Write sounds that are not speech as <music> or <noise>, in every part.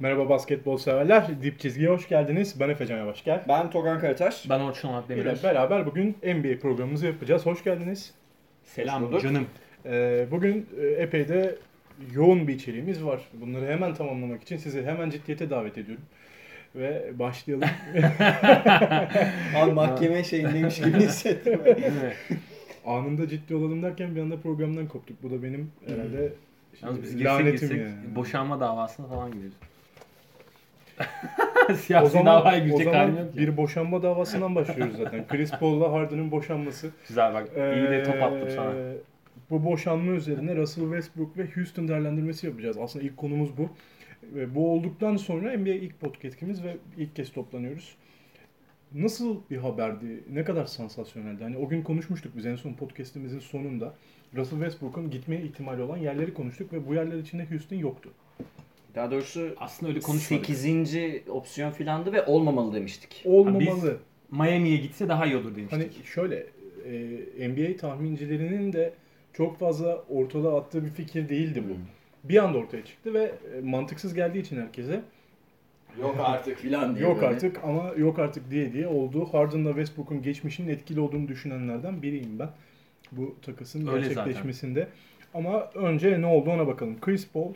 Merhaba basketbol severler. Dip çizgiye hoş geldiniz. Ben Efecan Yavaş gel. Ben Togan Karataş. Ben Orçun Onat Ile Demiröz. beraber bugün NBA programımızı yapacağız. Hoş geldiniz. Hoş Selam bulduk. canım. Ee, bugün e, epey de yoğun bir içeriğimiz var. Bunları hemen tamamlamak için sizi hemen ciddiyete davet ediyorum. Ve <laughs> başlayalım. Abi mahkeme şeyindeymiş gibi hissettim. Evet. Anında ciddi olalım derken bir anda programdan koptuk. Bu da benim herhalde Hmm. Yalnız biz şimdi girsek lanetim girsek yani. boşanma davasına falan gireriz. <laughs> O <laughs> Siyasi davaya zaman, o girecek halim zaman yok ki. bir boşanma davasından başlıyoruz zaten. Chris Paul'la Harden'ın boşanması. Güzel bak. iyi de top attım Ee, sana. Bu boşanma üzerine Russell Westbrook ve Houston değerlendirmesi yapacağız. Aslında ilk konumuz bu. Ve bu olduktan sonra NBA ilk podcast'imiz ve ilk kez toplanıyoruz. Nasıl bir haberdi? Ne kadar sansasyoneldi? Hani o gün konuşmuştuk biz en son podcast'imizin sonunda. Russell Westbrook'un gitme ihtimali olan yerleri konuştuk ve bu yerler içinde Houston yoktu. Daha doğrusu Aslında öyle konuşmadık. 8. opsiyon filandı ve olmamalı demiştik. Olmamalı. Miami'ye gitse daha iyi olur demiştik. Hani şöyle e, NBA tahmincilerinin de çok fazla ortada attığı bir fikir değildi bu. Bir anda ortaya çıktı ve e, mantıksız geldiği için herkese Yok artık filan yok artık ama yok artık diye diye oldu. Harden'la Westbrook'un geçmişinin etkili olduğunu düşünenlerden biriyim ben. Bu takasın Öyle zaten. gerçekleşmesinde. Ama önce ne oldu ona bakalım. Chris Paul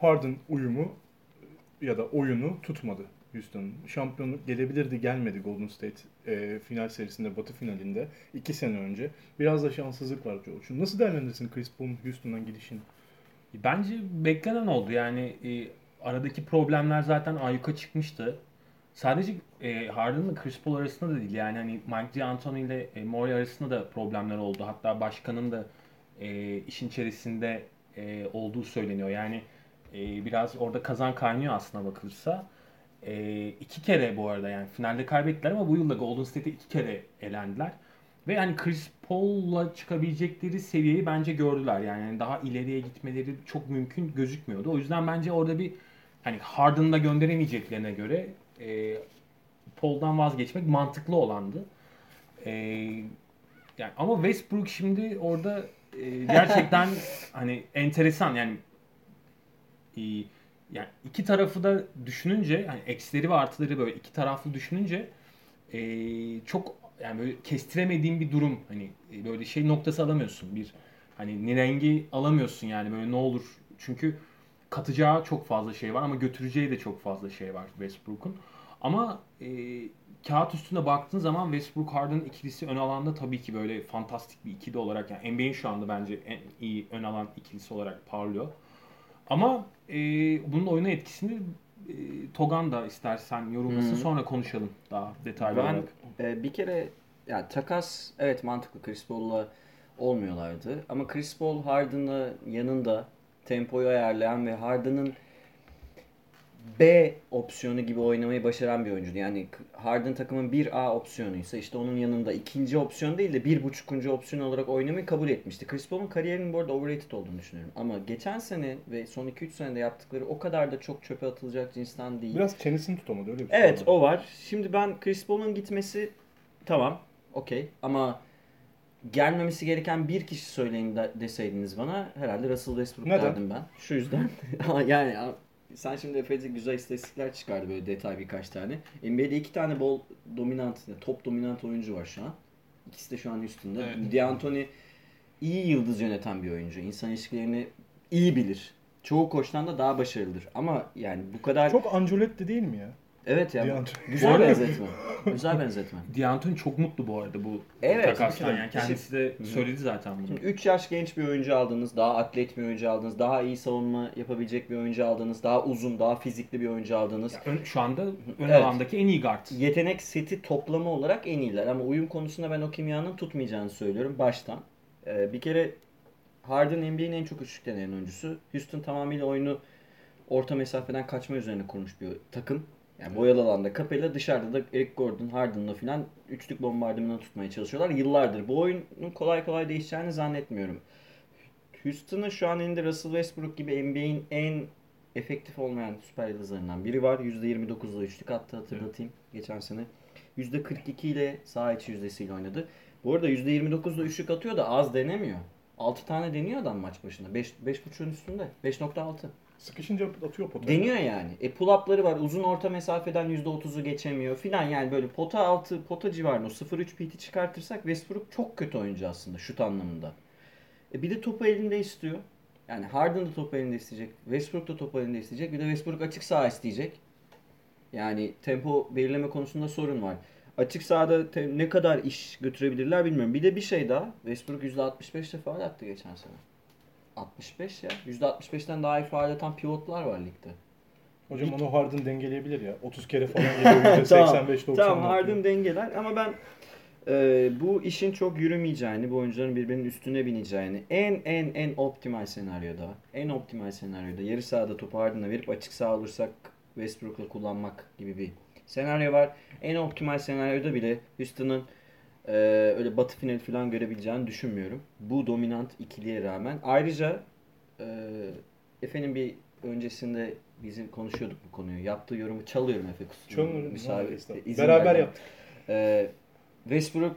Harden uyumu ya da oyunu tutmadı Houston'ın. Şampiyonluk gelebilirdi gelmedi Golden State e, final serisinde, batı finalinde. iki sene önce. Biraz da şanssızlık var George'un. Nasıl değerlendirirsin Chris Paul'un Houston'dan gidişini? Bence beklenen oldu. Yani e, aradaki problemler zaten ayyuka çıkmıştı. Sadece e, Harden'la Chris Paul arasında da değil. Yani hani Mike D'Antoni ile e, Morey arasında da problemler oldu. Hatta başkanın da e, işin içerisinde e, olduğu söyleniyor. Yani e, biraz orada kazan kaynıyor aslına bakılırsa. E, iki kere bu arada yani finalde kaybettiler ama bu yılda Golden State'e iki kere elendiler. Ve yani Chris Paul'la çıkabilecekleri seviyeyi bence gördüler. Yani hani daha ileriye gitmeleri çok mümkün gözükmüyordu. O yüzden bence orada bir hani Harden'ı da gönderemeyeceklerine göre e, Paul'dan vazgeçmek mantıklı olandı. E, yani ama Westbrook şimdi orada e, gerçekten hani enteresan yani e, yani iki tarafı da düşününce hani eksileri ve artıları böyle iki taraflı düşününce e, çok yani böyle kestiremediğim bir durum hani e, böyle şey noktası alamıyorsun bir hani rengi alamıyorsun yani böyle ne olur çünkü katacağı çok fazla şey var ama götüreceği de çok fazla şey var Westbrook'un ama e, kağıt üstünde baktığın zaman Westbrook Harden ikilisi ön alanda tabii ki böyle fantastik bir ikili olarak yani NBA'in şu anda bence en iyi ön alan ikilisi olarak parlıyor. Ama e, bunun oyuna etkisini e, Togan da istersen yorumlasın Hı. sonra konuşalım daha detaylı Ben olarak. e, bir kere ya takas evet mantıklı Chris Paul'la olmuyorlardı ama Chris Paul Harden'la yanında tempoyu ayarlayan ve Harden'ın B opsiyonu gibi oynamayı başaran bir oyuncu. Yani Harden takımın 1A opsiyonuysa işte onun yanında ikinci opsiyon değil de bir buçukuncu opsiyon olarak oynamayı kabul etmişti. Chris Paul'un kariyerinin bu arada overrated olduğunu düşünüyorum. Ama geçen sene ve son 2-3 senede yaptıkları o kadar da çok çöpe atılacak cinsten değil. Biraz çenesini tutamadı öyle bir şey Evet var. o var. Şimdi ben Chris Paul'un gitmesi tamam okey ama gelmemesi gereken bir kişi söyleyin de- deseydiniz bana herhalde Russell Westbrook Neden? derdim ben. Şu yüzden. <laughs> Ama yani a- sen şimdi epeyce güzel istatistikler çıkardı böyle detay birkaç tane. NBA'de iki tane bol dominant, yani top dominant oyuncu var şu an. İkisi de şu an üstünde. Evet. D'Antoni iyi yıldız yöneten bir oyuncu. İnsan ilişkilerini iyi bilir. Çoğu koçtan da daha başarılıdır. Ama yani bu kadar... Çok Ancelotti değil mi ya? Evet ya. D'Antoni. Bu Güzel arada- benzetme. Güzel benzetme. D'Antoni çok mutlu bu arada bu Evet, takastan. tabii ki. Yani kendisi de söyledi zaten bunu. Şimdi 3 yaş genç bir oyuncu aldınız, daha atlet bir oyuncu aldınız, daha iyi savunma yapabilecek bir oyuncu aldınız, daha uzun, daha fizikli bir oyuncu aldınız. Ya ön- şu anda ön Evet. alandaki en iyi guard. Yetenek seti toplama olarak en iyiler ama uyum konusunda ben o kimyanın tutmayacağını söylüyorum baştan. Ee, bir kere Harden NBA'nin en çok üçlük deneyen oyuncusu. Houston tamamıyla oyunu orta mesafeden kaçma üzerine kurmuş bir takım. Yani boyalı alanda Capella dışarıda da Eric Gordon, Harden'la filan üçlük bombardımanı tutmaya çalışıyorlar. Yıllardır bu oyunun kolay kolay değişeceğini zannetmiyorum. Houston'ın şu an elinde Russell Westbrook gibi NBA'in en efektif olmayan süper yıldızlarından biri var. %29'la üçlük attı hatırlatayım geçen sene. %42 ile saha içi yüzdesiyle oynadı. Bu arada %29'la üçlük atıyor da az denemiyor. 6 tane deniyor adam maç başında. 5 5.5'ün üstünde. 5.6. Sıkışınca atıyor potaya. Deniyor yani. E pull-up'ları var. Uzun orta mesafeden %30'u geçemiyor filan. Yani böyle pota altı, pota civarında o 0-3 pit'i çıkartırsak Westbrook çok kötü oyuncu aslında şut anlamında. E bir de topu elinde istiyor. Yani Harden da topu elinde isteyecek. Westbrook da topu elinde isteyecek. Bir de Westbrook açık saha isteyecek. Yani tempo belirleme konusunda sorun var. Açık sahada te- ne kadar iş götürebilirler bilmiyorum. Bir de bir şey daha. Westbrook %65'te faul attı geçen sene. 65 ya. %65'ten daha iyi faal atan pivotlar var ligde. Hocam onu Harden dengeleyebilir ya. 30 kere falan <laughs> geliyor. <laughs> 85 90 Tamam Harden dengeler ama ben e, bu işin çok yürümeyeceğini, bu oyuncuların birbirinin üstüne bineceğini en en en optimal senaryoda, en optimal senaryoda yarı sahada topu Harden'a verip açık saha olursak Westbrook'la kullanmak gibi bir senaryo var. En optimal senaryoda bile Houston'ın e, öyle batı finali falan görebileceğini düşünmüyorum. Bu dominant ikiliye rağmen. Ayrıca e, Efe'nin bir öncesinde bizim konuşuyorduk bu konuyu. Yaptığı yorumu çalıyorum Efe Kusu'nun. Çalıyorum, Müsaade- estağfurullah. izin Beraber vermem. yaptık. Ee, Westbrook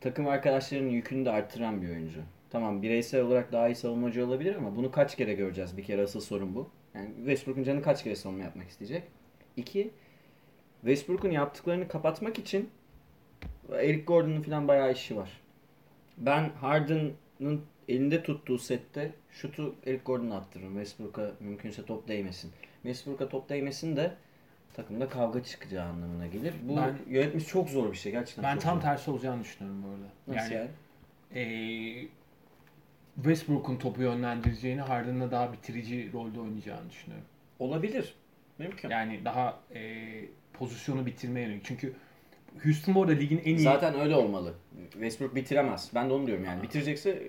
takım arkadaşlarının yükünü de arttıran bir oyuncu. Tamam bireysel olarak daha iyi savunmacı olabilir ama bunu kaç kere göreceğiz? Bir kere asıl sorun bu. Yani Westbrook'un canı kaç kere savunma yapmak isteyecek? İki, Westbrook'un yaptıklarını kapatmak için Eric Gordon'un falan bayağı işi var. Ben Harden'ın elinde tuttuğu sette şutu Eric Gordon'a attırırım. Westbrook'a mümkünse top değmesin. Westbrook'a top değmesin de takımda kavga çıkacağı anlamına gelir. Bu Ben- yönetmesi çok zor bir şey gerçekten. Ben çok tam zor. tersi olacağını düşünüyorum bu arada. Nasıl yani? eee, Westbrook'un topu yönlendireceğini Harden'la daha bitirici rolde oynayacağını düşünüyorum. Olabilir. Mümkün. Yani daha eee, pozisyonu bitirmeye yönelik. Çünkü Houston bu arada ligin en iyi... Zaten öyle olmalı. Westbrook bitiremez. Ben de onu diyorum yani. Bitirecekse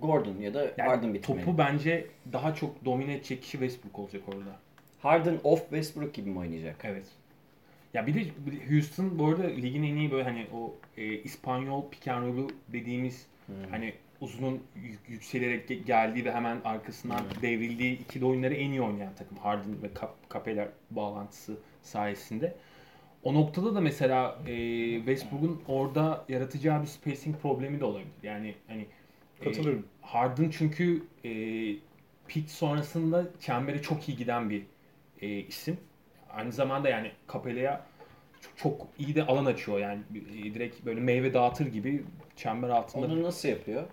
Gordon ya da Yani Harden bitirmeli. topu bence daha çok domine edecek kişi Westbrook olacak orada. Harden off Westbrook gibi mi oynayacak? Evet. Ya bir de Houston bu arada ligin en iyi böyle hani o e, İspanyol pick and roll'u dediğimiz hani uzunun yük- yükselerek ge- geldiği ve hemen arkasından devrildiği ikili oyunları en iyi oynayan takım. Harden ve Kap Kapeler bağlantısı sayesinde. O noktada da mesela e, Westbrook'un orada yaratacağı bir spacing problemi de olabilir. Yani hani e, Katılıyorum. Harden çünkü e, pit sonrasında çembere çok iyi giden bir e, isim. Aynı zamanda yani Capella'ya çok, çok iyi de alan açıyor yani e, direkt böyle meyve dağıtır gibi çember altında. Onu nasıl yapıyor?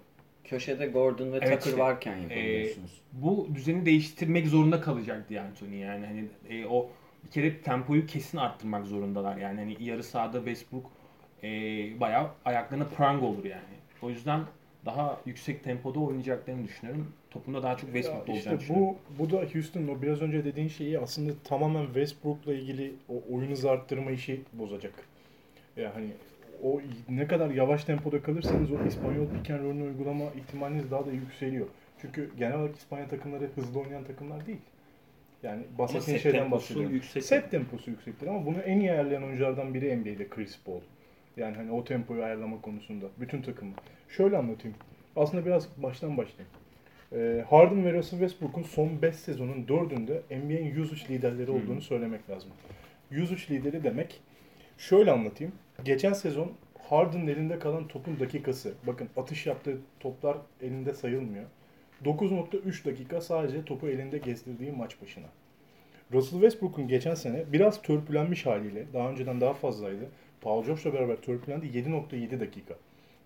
Köşede Gordon ve Evet Tucker işte. varken Ee, yapabiliyorsunuz. bu düzeni değiştirmek zorunda kalacak D'Antoni yani hani e, o bir kere tempoyu kesin arttırmak zorundalar yani hani yarı sahada Westbrook e, bayağı ayaklarına prang olur yani. O yüzden daha yüksek tempoda oynayacaklarını düşünüyorum. Topunda daha çok Westbrook'ta Ya olacağını işte düşünüyorum. bu, bu da Houston'ın o biraz önce dediğin şeyi aslında tamamen Westbrook'la ilgili o oyunu hızı arttırma işi bozacak. Yani hani o ne kadar yavaş tempoda kalırsanız o İspanyol pick and roll'ünü uygulama ihtimaliniz daha da yükseliyor. Çünkü genel olarak İspanya takımları hızlı oynayan takımlar değil. Yani bahsettiğin set şeyden temposu bahsediyorum. yüksek. Set temposu yüksektir ama bunu en iyi ayarlayan oyunculardan biri NBA'de Chris Paul. Yani hani o tempoyu ayarlama konusunda bütün takımı. Şöyle anlatayım. Aslında biraz baştan başlayayım. Ee, Harden ve Russell Westbrook'un son 5 sezonun 4'ünde NBA'in 103 liderleri olduğunu söylemek lazım. 103 lideri demek şöyle anlatayım. Geçen sezon Harden'ın elinde kalan topun dakikası. Bakın atış yaptığı toplar elinde sayılmıyor. 9.3 dakika sadece topu elinde gezdirdiği maç başına. Russell Westbrook'un geçen sene biraz törpülenmiş haliyle, daha önceden daha fazlaydı. Paul George'la beraber törpülendi 7.7 dakika.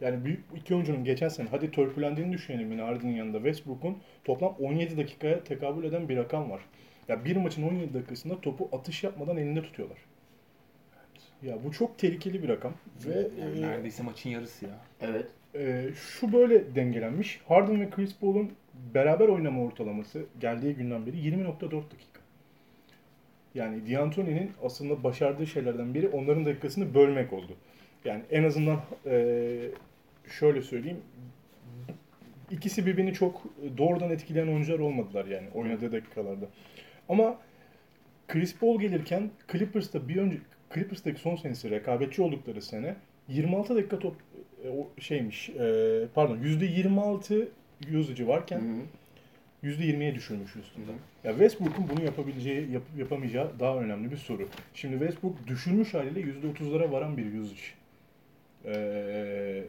Yani büyük iki oyuncunun geçen sene hadi törpülendiğini düşünelim yine Harden'ın yanında Westbrook'un toplam 17 dakikaya tekabül eden bir rakam var. Ya bir maçın 17 dakikasında topu atış yapmadan elinde tutuyorlar. Ya bu çok tehlikeli bir rakam ve Yani e, neredeyse maçın yarısı ya. Evet. ee, şu böyle dengelenmiş. Harden ve Chris Paul'un beraber oynama ortalaması geldiği günden beri 20.4 dakika. Yani D'Antoni'nin aslında başardığı şeylerden biri onların dakikasını bölmek oldu. Yani en azından e, şöyle söyleyeyim. İkisi birbirini çok doğrudan etkileyen oyuncular olmadılar yani oynadığı dakikalarda. Ama Chris Paul gelirken Clippers'ta bir önce Clippers'taki son senesi rekabetçi oldukları sene 26 dakika top e, o şeymiş. e, pardon %26 usage varken Hı-hı. %20'ye düşürmüş üstünde. Hı Ya Westbrook'un bunu yapabileceği, yap- yapamayacağı daha önemli bir soru. Şimdi Westbrook düşürmüş haliyle %30'lara varan bir usage e,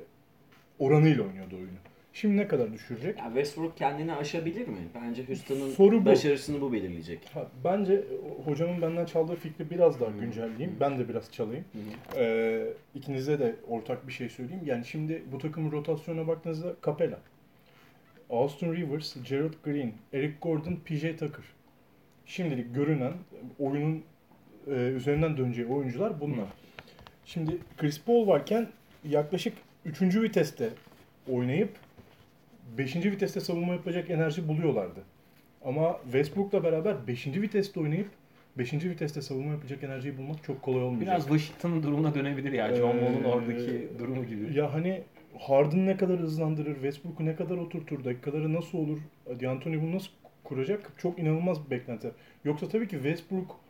oranıyla oynuyordu oyunu. Şimdi ne kadar düşürecek? Ya Westbrook kendini aşabilir mi? Bence Houston'ın Soru bu. başarısını bu belirleyecek. Ha, Bence e, hocamın benden çaldığı fikri biraz daha güncelleyeyim. Ben de biraz çalayım. Ee, ikinize de ortak bir şey söyleyeyim. Yani şimdi bu takımın rotasyonuna baktığınızda Capella, Austin Rivers, Gerald Green, Eric Gordon, PJ Tucker. Şimdilik görünen oyunun e, üzerinden döneceği oyuncular bunlar. Şimdi Chris Paul varken yaklaşık 3. viteste oynayıp 5. viteste savunma yapacak enerji buluyorlardı. Ama Westbrook'la beraber 5. viteste oynayıp 5. viteste savunma yapacak enerjiyi bulmak çok kolay olmayacak. Biraz Washington'ın durumuna dönebilir ya. John Ee, Wall'un oradaki durumu gibi. Ya hani Harden ne kadar hızlandırır, Westbrook'u ne kadar oturtur, dakikaları nasıl olur, D'Antoni bunu nasıl kuracak çok inanılmaz bir beklenti. Yoksa tabii ki Westbrook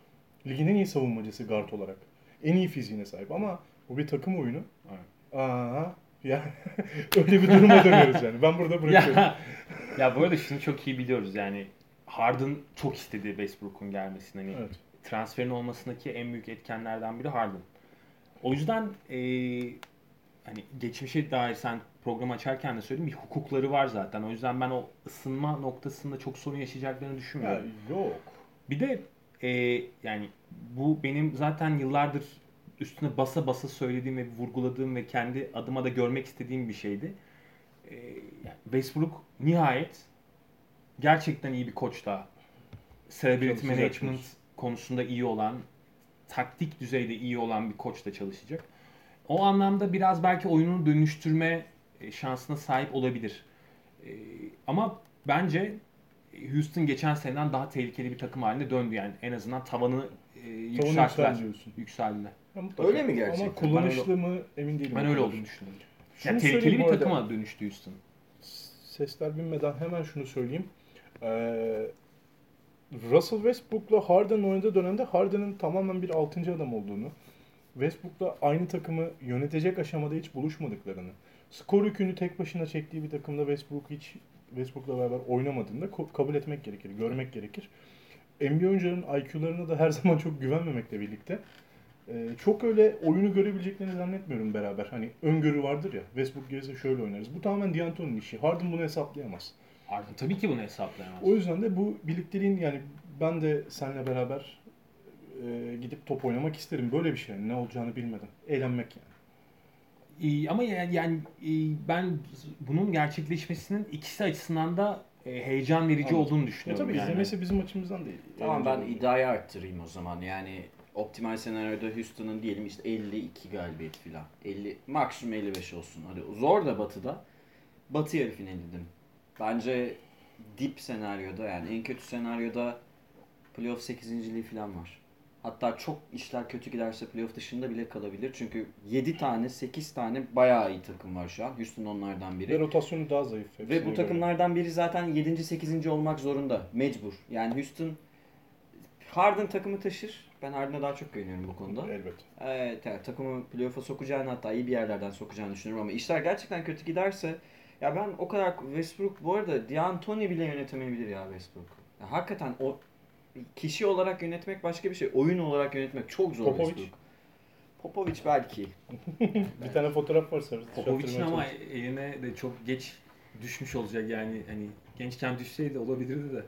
ligin en iyi savunmacısı guard olarak. En iyi fiziğine sahip ama bu bir takım oyunu. Aa, ya <laughs> öyle bir duruma dönüyoruz yani. Ben burada bırakıyorum. <laughs> ya, ya bu arada şunu çok iyi biliyoruz yani. Harden çok istedi Westbrook'un gelmesini. Hani Evet. transferin olmasındaki en büyük etkenlerden biri Harden. O yüzden eee, hani geçmişe dair sen program açarken de söyledim bir hukukları var zaten. O yüzden ben o ısınma noktasında çok sorun yaşayacaklarını Ya, düşünmüyorum. yok. Bir de eee, yani bu benim zaten yıllardır üstüne basa basa söylediğim ve vurguladığım ve kendi adıma da görmek istediğim bir şeydi. Eee, yani Westbrook nihayet gerçekten iyi bir koçla Çalışacak cerebral management diyorsun. konusunda iyi olan, taktik düzeyde iyi olan bir koçla çalışacak. O anlamda biraz belki oyununu dönüştürme e, şansına sahip olabilir. E, Ama bence Houston geçen seneden daha tehlikeli bir takım haline döndü yani. En azından tavanı e, yükselttiler. yükseldi diyorsun. Yükseldiler. Ya, mutlaka. Öyle mi gerçekten? Ama Ben öyle- kullanışlı mı emin değilim. Ben öyle olduğunu düşünüyorum. Şunu Yani söyleyeyim tehlikeli bu bir arada. takıma dönüştü Houston. sesler binmeden hemen şunu söyleyeyim. Ee, Russell Westbrook'la Harden oynadığı dönemde Harden'ın tamamen bir 6. adam olduğunu, Westbrook'la aynı takımı yönetecek aşamada hiç buluşmadıklarını, skor yükünü tek başına çektiği bir takımda Westbrook hiç Westbrook'la beraber oynamadığında ko- kabul etmek gerekir, görmek gerekir. NBA oyuncuların IQ'larına da her <laughs> zaman çok güvenmemekle birlikte ee, çok öyle oyunu görebileceklerini zannetmiyorum beraber. Hani öngörü vardır ya. Westbrook gelirse şöyle oynarız. Bu tamamen D'Antoni'nin işi. Harden bunu hesaplayamaz. Arden tabii ki bunu hesaplayamaz. O yüzden de bu birlikteliğin yani ben de seninle beraber e, gidip top oynamak isterim. Böyle bir şey. yani, Ne olacağını bilmeden. Eğlenmek yani. Ee, ama yani, yani e, ben bunun gerçekleşmesinin ikisi açısından da e, heyecan verici Anladım. olduğunu Ya düşünüyorum. E, tabii yani. izlemesi bizim açımızdan değil. Tamam ben iddiayı arttırayım o zaman. Yani optimal senaryoda Houston'ın diyelim işte 52 galibiyet filan. 50 maksimum 55 olsun. Hadi zor da batıda. Batı yarı finalidir. Bence dip senaryoda yani en kötü senaryoda playoff 8.liği filan var. Hatta çok işler kötü giderse playoff dışında bile kalabilir. Çünkü 7 tane 8 tane bayağı iyi takım var şu an. Houston onlardan biri. Ve rotasyonu daha zayıf. hepsine Ve bu göre. takımlardan biri zaten 7. 8. olmak zorunda. Mecbur. Yani Houston Harden takımı taşır. Ben Harden'a daha çok güveniyorum bu konuda. Elbette. Evet, yani takımı playoff'a sokacağını hatta iyi bir yerlerden sokacağını düşünüyorum ama işler gerçekten kötü giderse ya ben o kadar Westbrook bu arada D'Antoni bile yönetemeyebilir ya Westbrook. Ya hakikaten o kişi olarak yönetmek başka bir şey. Oyun olarak yönetmek çok zor Popovic. Westbrook. Popovic belki. Bir tane fotoğraf var Sarı. Popovic'in Hatırlamaya ama çalışıyorum. eline de çok geç düşmüş olacak yani hani gençken düşseydi olabilirdi de.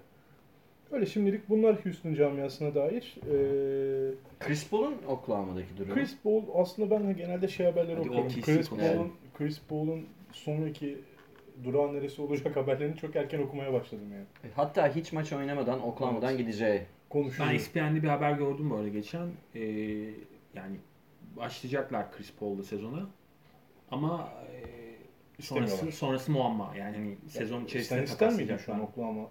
Öyle şimdilik bunlar Houston camiasına dair. Ee, Chris Paul'un Oklahoma'daki durumu. Chris Paul aslında ben de genelde şey haberleri Hadi okuyorum. OKC Chris konuşalım. Paul'un Chris Paul'un sonraki durağı neresi olacak haberlerini çok erken okumaya başladım yani. E, Hatta hiç maç oynamadan Oklahoma'dan Evet. gideceği Ben E Konuşuyoruz. ESPN'de bir haber gördüm bu arada geçen. Ee, yani başlayacaklar Chris Paul'la sezona. Ama e, sonrası, İstemiyorlar. sonrası muamma. Yani hani sezon içerisinde Sen ister miydin şu an takaslayacaklar. Oklahoma'da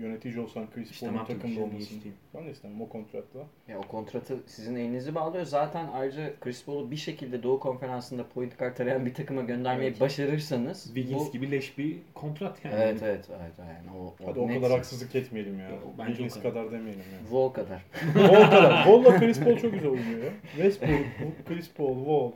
yönetici olsan Chris Paul'un İstemem tabii ki. takımda Niye olmasını? isteyeyim? Ben de istemem o kontratla. Ya o kontratı sizin elinizi bağlıyor. Zaten ayrıca Chris Paul'u bir şekilde Doğu Konferansı'nda point kart arayan bir takıma göndermeyi Evet. başarırsanız Wiggins bu... gibi leş bir kontrat yani. Evet evet evet yani o, o Hadi o net. kadar haksızlık etmeyelim ya. Yok, bence o Bildiğiniz kadar. kadar. demeyelim yani. Bu o kadar. Wall kadar. Wall'la Chris Paul çok güzel oynuyor ya. Westbrook, Chris Paul, Wall.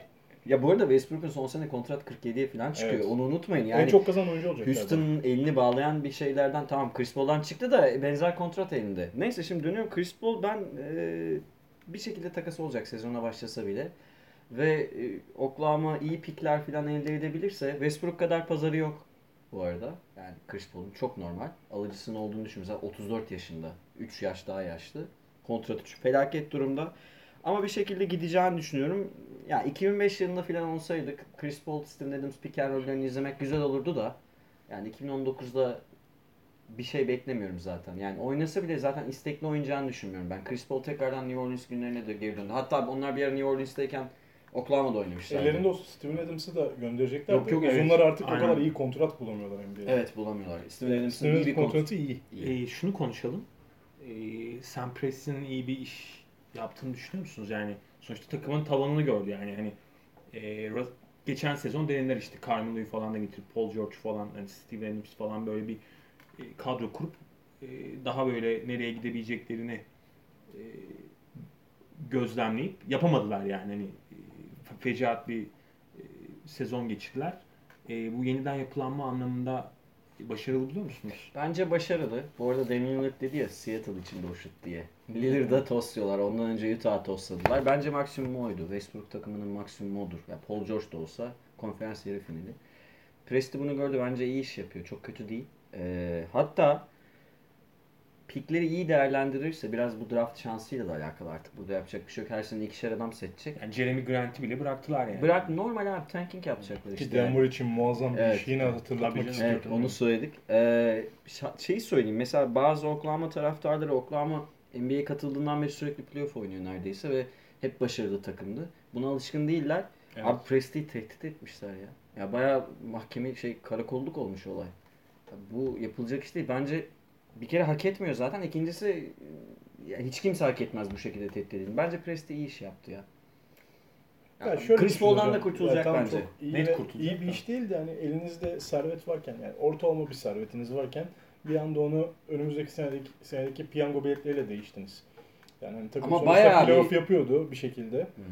Ya bu arada Westbrook'un son sene kontrat 47'ye falan çıkıyor. Evet. Onu unutmayın. en Yani çok kazanan oyuncu olacak. zaten. Houston'ın elini bağlayan bir şeylerden tamam Chris Paul'dan çıktı da benzer kontrat elinde. Neyse şimdi dönüyorum Chris Paul ben e, bir şekilde takası olacak sezona başlasa bile. Ve e, Oklahoma iyi pikler falan elde edebilirse Westbrook kadar pazarı yok. bu arada. Yani Chris Paul'un çok normal. Alıcısının olduğunu düşün. Mesela 34 yaşında. 3 yaş daha yaşlı. Kontratı çok felaket durumda. Ama bir şekilde gideceğini düşünüyorum. Ya 2005 yılında falan olsaydık Chris Paul, Steven Adams pick and roll'lerini izlemek güzel olurdu da yani 2019'da bir şey beklemiyorum zaten. Yani oynasa bile zaten istekli oynayacağını düşünmüyorum ben. Chris Paul tekrardan New Orleans günlerine de geri döndü. Hatta onlar bir ara New Orleans'tayken Oklahoma'da oynamışlardı. Ellerinde olsa Steven Adams'ı da gönderecekler. Yok, de yok, evet. Uzunlar artık Aynen. o kadar iyi kontrat bulamıyorlar NBA'de. Evet bulamıyorlar. Steven Adams'ın Steven iyi bir Adams'ın kontratı. kontratı iyi. iyi. E, şunu konuşalım. E, Sam Presti'nin iyi bir iş yaptığını düşünüyor musunuz? Yani sonuçta takımın tavanını gördü yani. Hani e, Ro- geçen sezon denediler işte Carmelo'yu falan da getirip Paul George falan, hani Steven Adams falan böyle bir e, kadro kurup e, daha böyle nereye gidebileceklerini e, gözlemleyip yapamadılar yani. Hani e, fe- fecaat bir e, sezon geçirdiler. E, bu yeniden yapılanma anlamında başarılı buluyor musunuz? Bence başarılı. Bu arada Damian Lillard dedi ya Seattle için de o şut diye. Lillard'a tosluyorlar. Ondan önce Utah'a tosladılar. Bence maksimum oydu. Westbrook takımının maksimumu odur. Ya Paul George da olsa konferans yarı finali. Presti bunu gördü. Bence iyi iş yapıyor. Çok kötü değil. Ee, hatta pikleri iyi değerlendirirse biraz bu draft şansıyla da alakalı artık. Burada yapacak bir şey yok. Her sene ikişer adam seçecek. Yani Jeremy Grant'i bile bıraktılar yani. Bırak normal abi tanking yapacaklar Ki işte. Denver için muazzam bir Evet. iş. Yine Tabii hatırlatmak canım. istiyorum. Evet onu söyledik. Ee, şa- şeyi söyleyeyim. Mesela bazı Oklahoma taraftarları Oklahoma NBA'ye katıldığından beri sürekli playoff oynuyor neredeyse ve hep başarılı takımdı. Buna alışkın değiller. Evet. Abi Presti'yi tehdit etmişler ya. Ya bayağı mahkeme şey karakolluk olmuş olay. Ya Bu yapılacak iş değil. Bence bir kere hak etmiyor zaten. İkincisi ya hiç kimse hak etmez bu şekilde tehdit edildiğini. Bence Presti iyi iş yaptı ya. Ya Ya şöyle Chris Paul'dan da düşünüyorum. Ya kurtulacak tam bence. çok iyi Net ve- kurtulacak iyi bir da. iş değil de hani elinizde servet varken yani ortalama bir servetiniz varken bir anda onu önümüzdeki senedeki, senedeki piyango biletleriyle değiştiniz. Yani hani takım Ama sonuçta bayağı playoff bir- yapıyordu bir şekilde Hmm.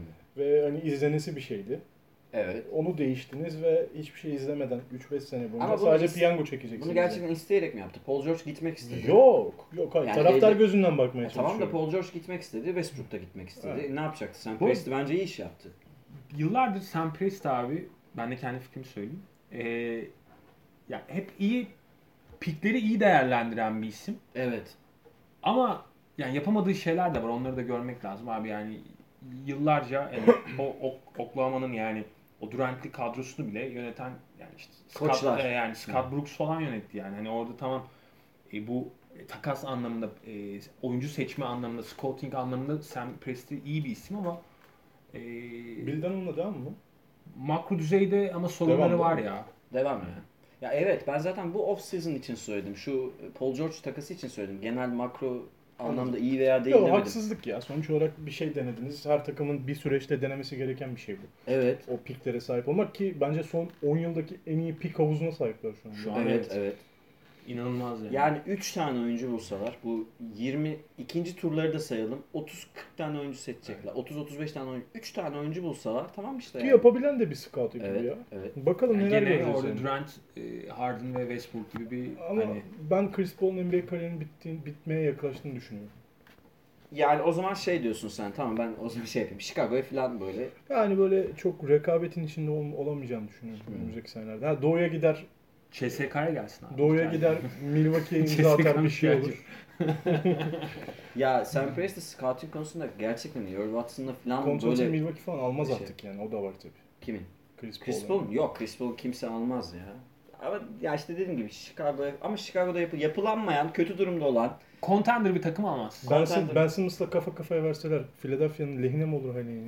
ve hani izlenesi bir şeydi. Evet. Onu değiştiniz ve hiçbir şey izlemeden 3-5 sene boyunca Ama bunu sadece is- piyango çekeceksiniz. Bunu yani. gerçekten isteyerek mi yaptı? Paul George gitmek istedi. Yok. Yok hayır. Yani Taraftar evde- gözünden bakmaya Ya tamam da çalışıyorum. Paul George gitmek istedi, Westbrook da gitmek istedi. Evet. Ne yapacaktı sen? Bu- Presti bence iyi iş yaptı. Yıllardır Sam Presti abi, ben de kendi fikrimi söyleyeyim. Ee, ya hep iyi, pikleri iyi değerlendiren bir isim. Evet. Ama yani yapamadığı şeyler de var. Onları da görmek lazım abi. Yani yıllarca yani o ok- Oklahoma'nın yani o Durant'li kadrosunu bile yöneten yani işte Scott, Koçlar. e, yani Scott Brooks falan yönetti yani. Hani orada tamam e, bu e, takas anlamında e, oyuncu seçme anlamında scouting anlamında Sam Presti iyi bir isim ama e, Bilden onunla devam mı? makro düzeyde ama sorunları Devam, var devam. ya. Devam ya. Ya evet ben zaten bu off season için söyledim. Şu e, Paul George takası için söyledim. Genel makro anlamda iyi veya değil Yok demedim. haksızlık ya. Sonuç olarak bir şey denediniz. Her takımın bir süreçte denemesi gereken bir şey bu. Evet. o piklere sahip olmak ki bence son 10 yıldaki en iyi pik havuzuna sahipler şu an. Şu an Evet, evet. evet. İnanılmaz yani. Yani 3 tane oyuncu bulsalar bu 20 ikinci turları da sayalım. 30 40 tane oyuncu seçecekler. 30 35 tane oyuncu 3 tane oyuncu bulsalar tamam işte. Ki yani. yapabilen de bir scout gibi Evet. ya. Evet. Bakalım Yani neler gene göreceğiz. orada yani. Durant, e, Harden ve Westbrook gibi bir Ama hani ben Chris Paul'un NBA kariyerinin bittiğini, bitmeye yaklaştığını düşünüyorum. Yani o zaman şey diyorsun sen. Tamam ben o zaman şey yapayım. Chicago'ya falan böyle Yani böyle çok rekabetin içinde ol- olamayacağını düşünüyorum Hmm. önümüzdeki senelerde. Ha, doğuya gider, CSK'ya gelsin abi. doğuya Yani. gider, <laughs> Milwaukee'ye imza CSKA atar bir şey ihtiyacı. olur. Ya Sam Presti scouting konusunda gerçekten iyi. Earl Watson'la falan Kontratı böyle Milwaukee falan almaz Şey. artık yani. O da var tabii. kimin? Chris, Paul. Chris Paul'un? Yok Chris Paul'un kimse almaz ya. Ama ya işte dediğim gibi Chicago'ya ama Chicago'da yapı, yapılanmayan, kötü durumda olan Contender bir takım almaz. Benson, Kontratı- Benson Mısla kafa kafaya verseler Philadelphia'nın lehine mi olur hani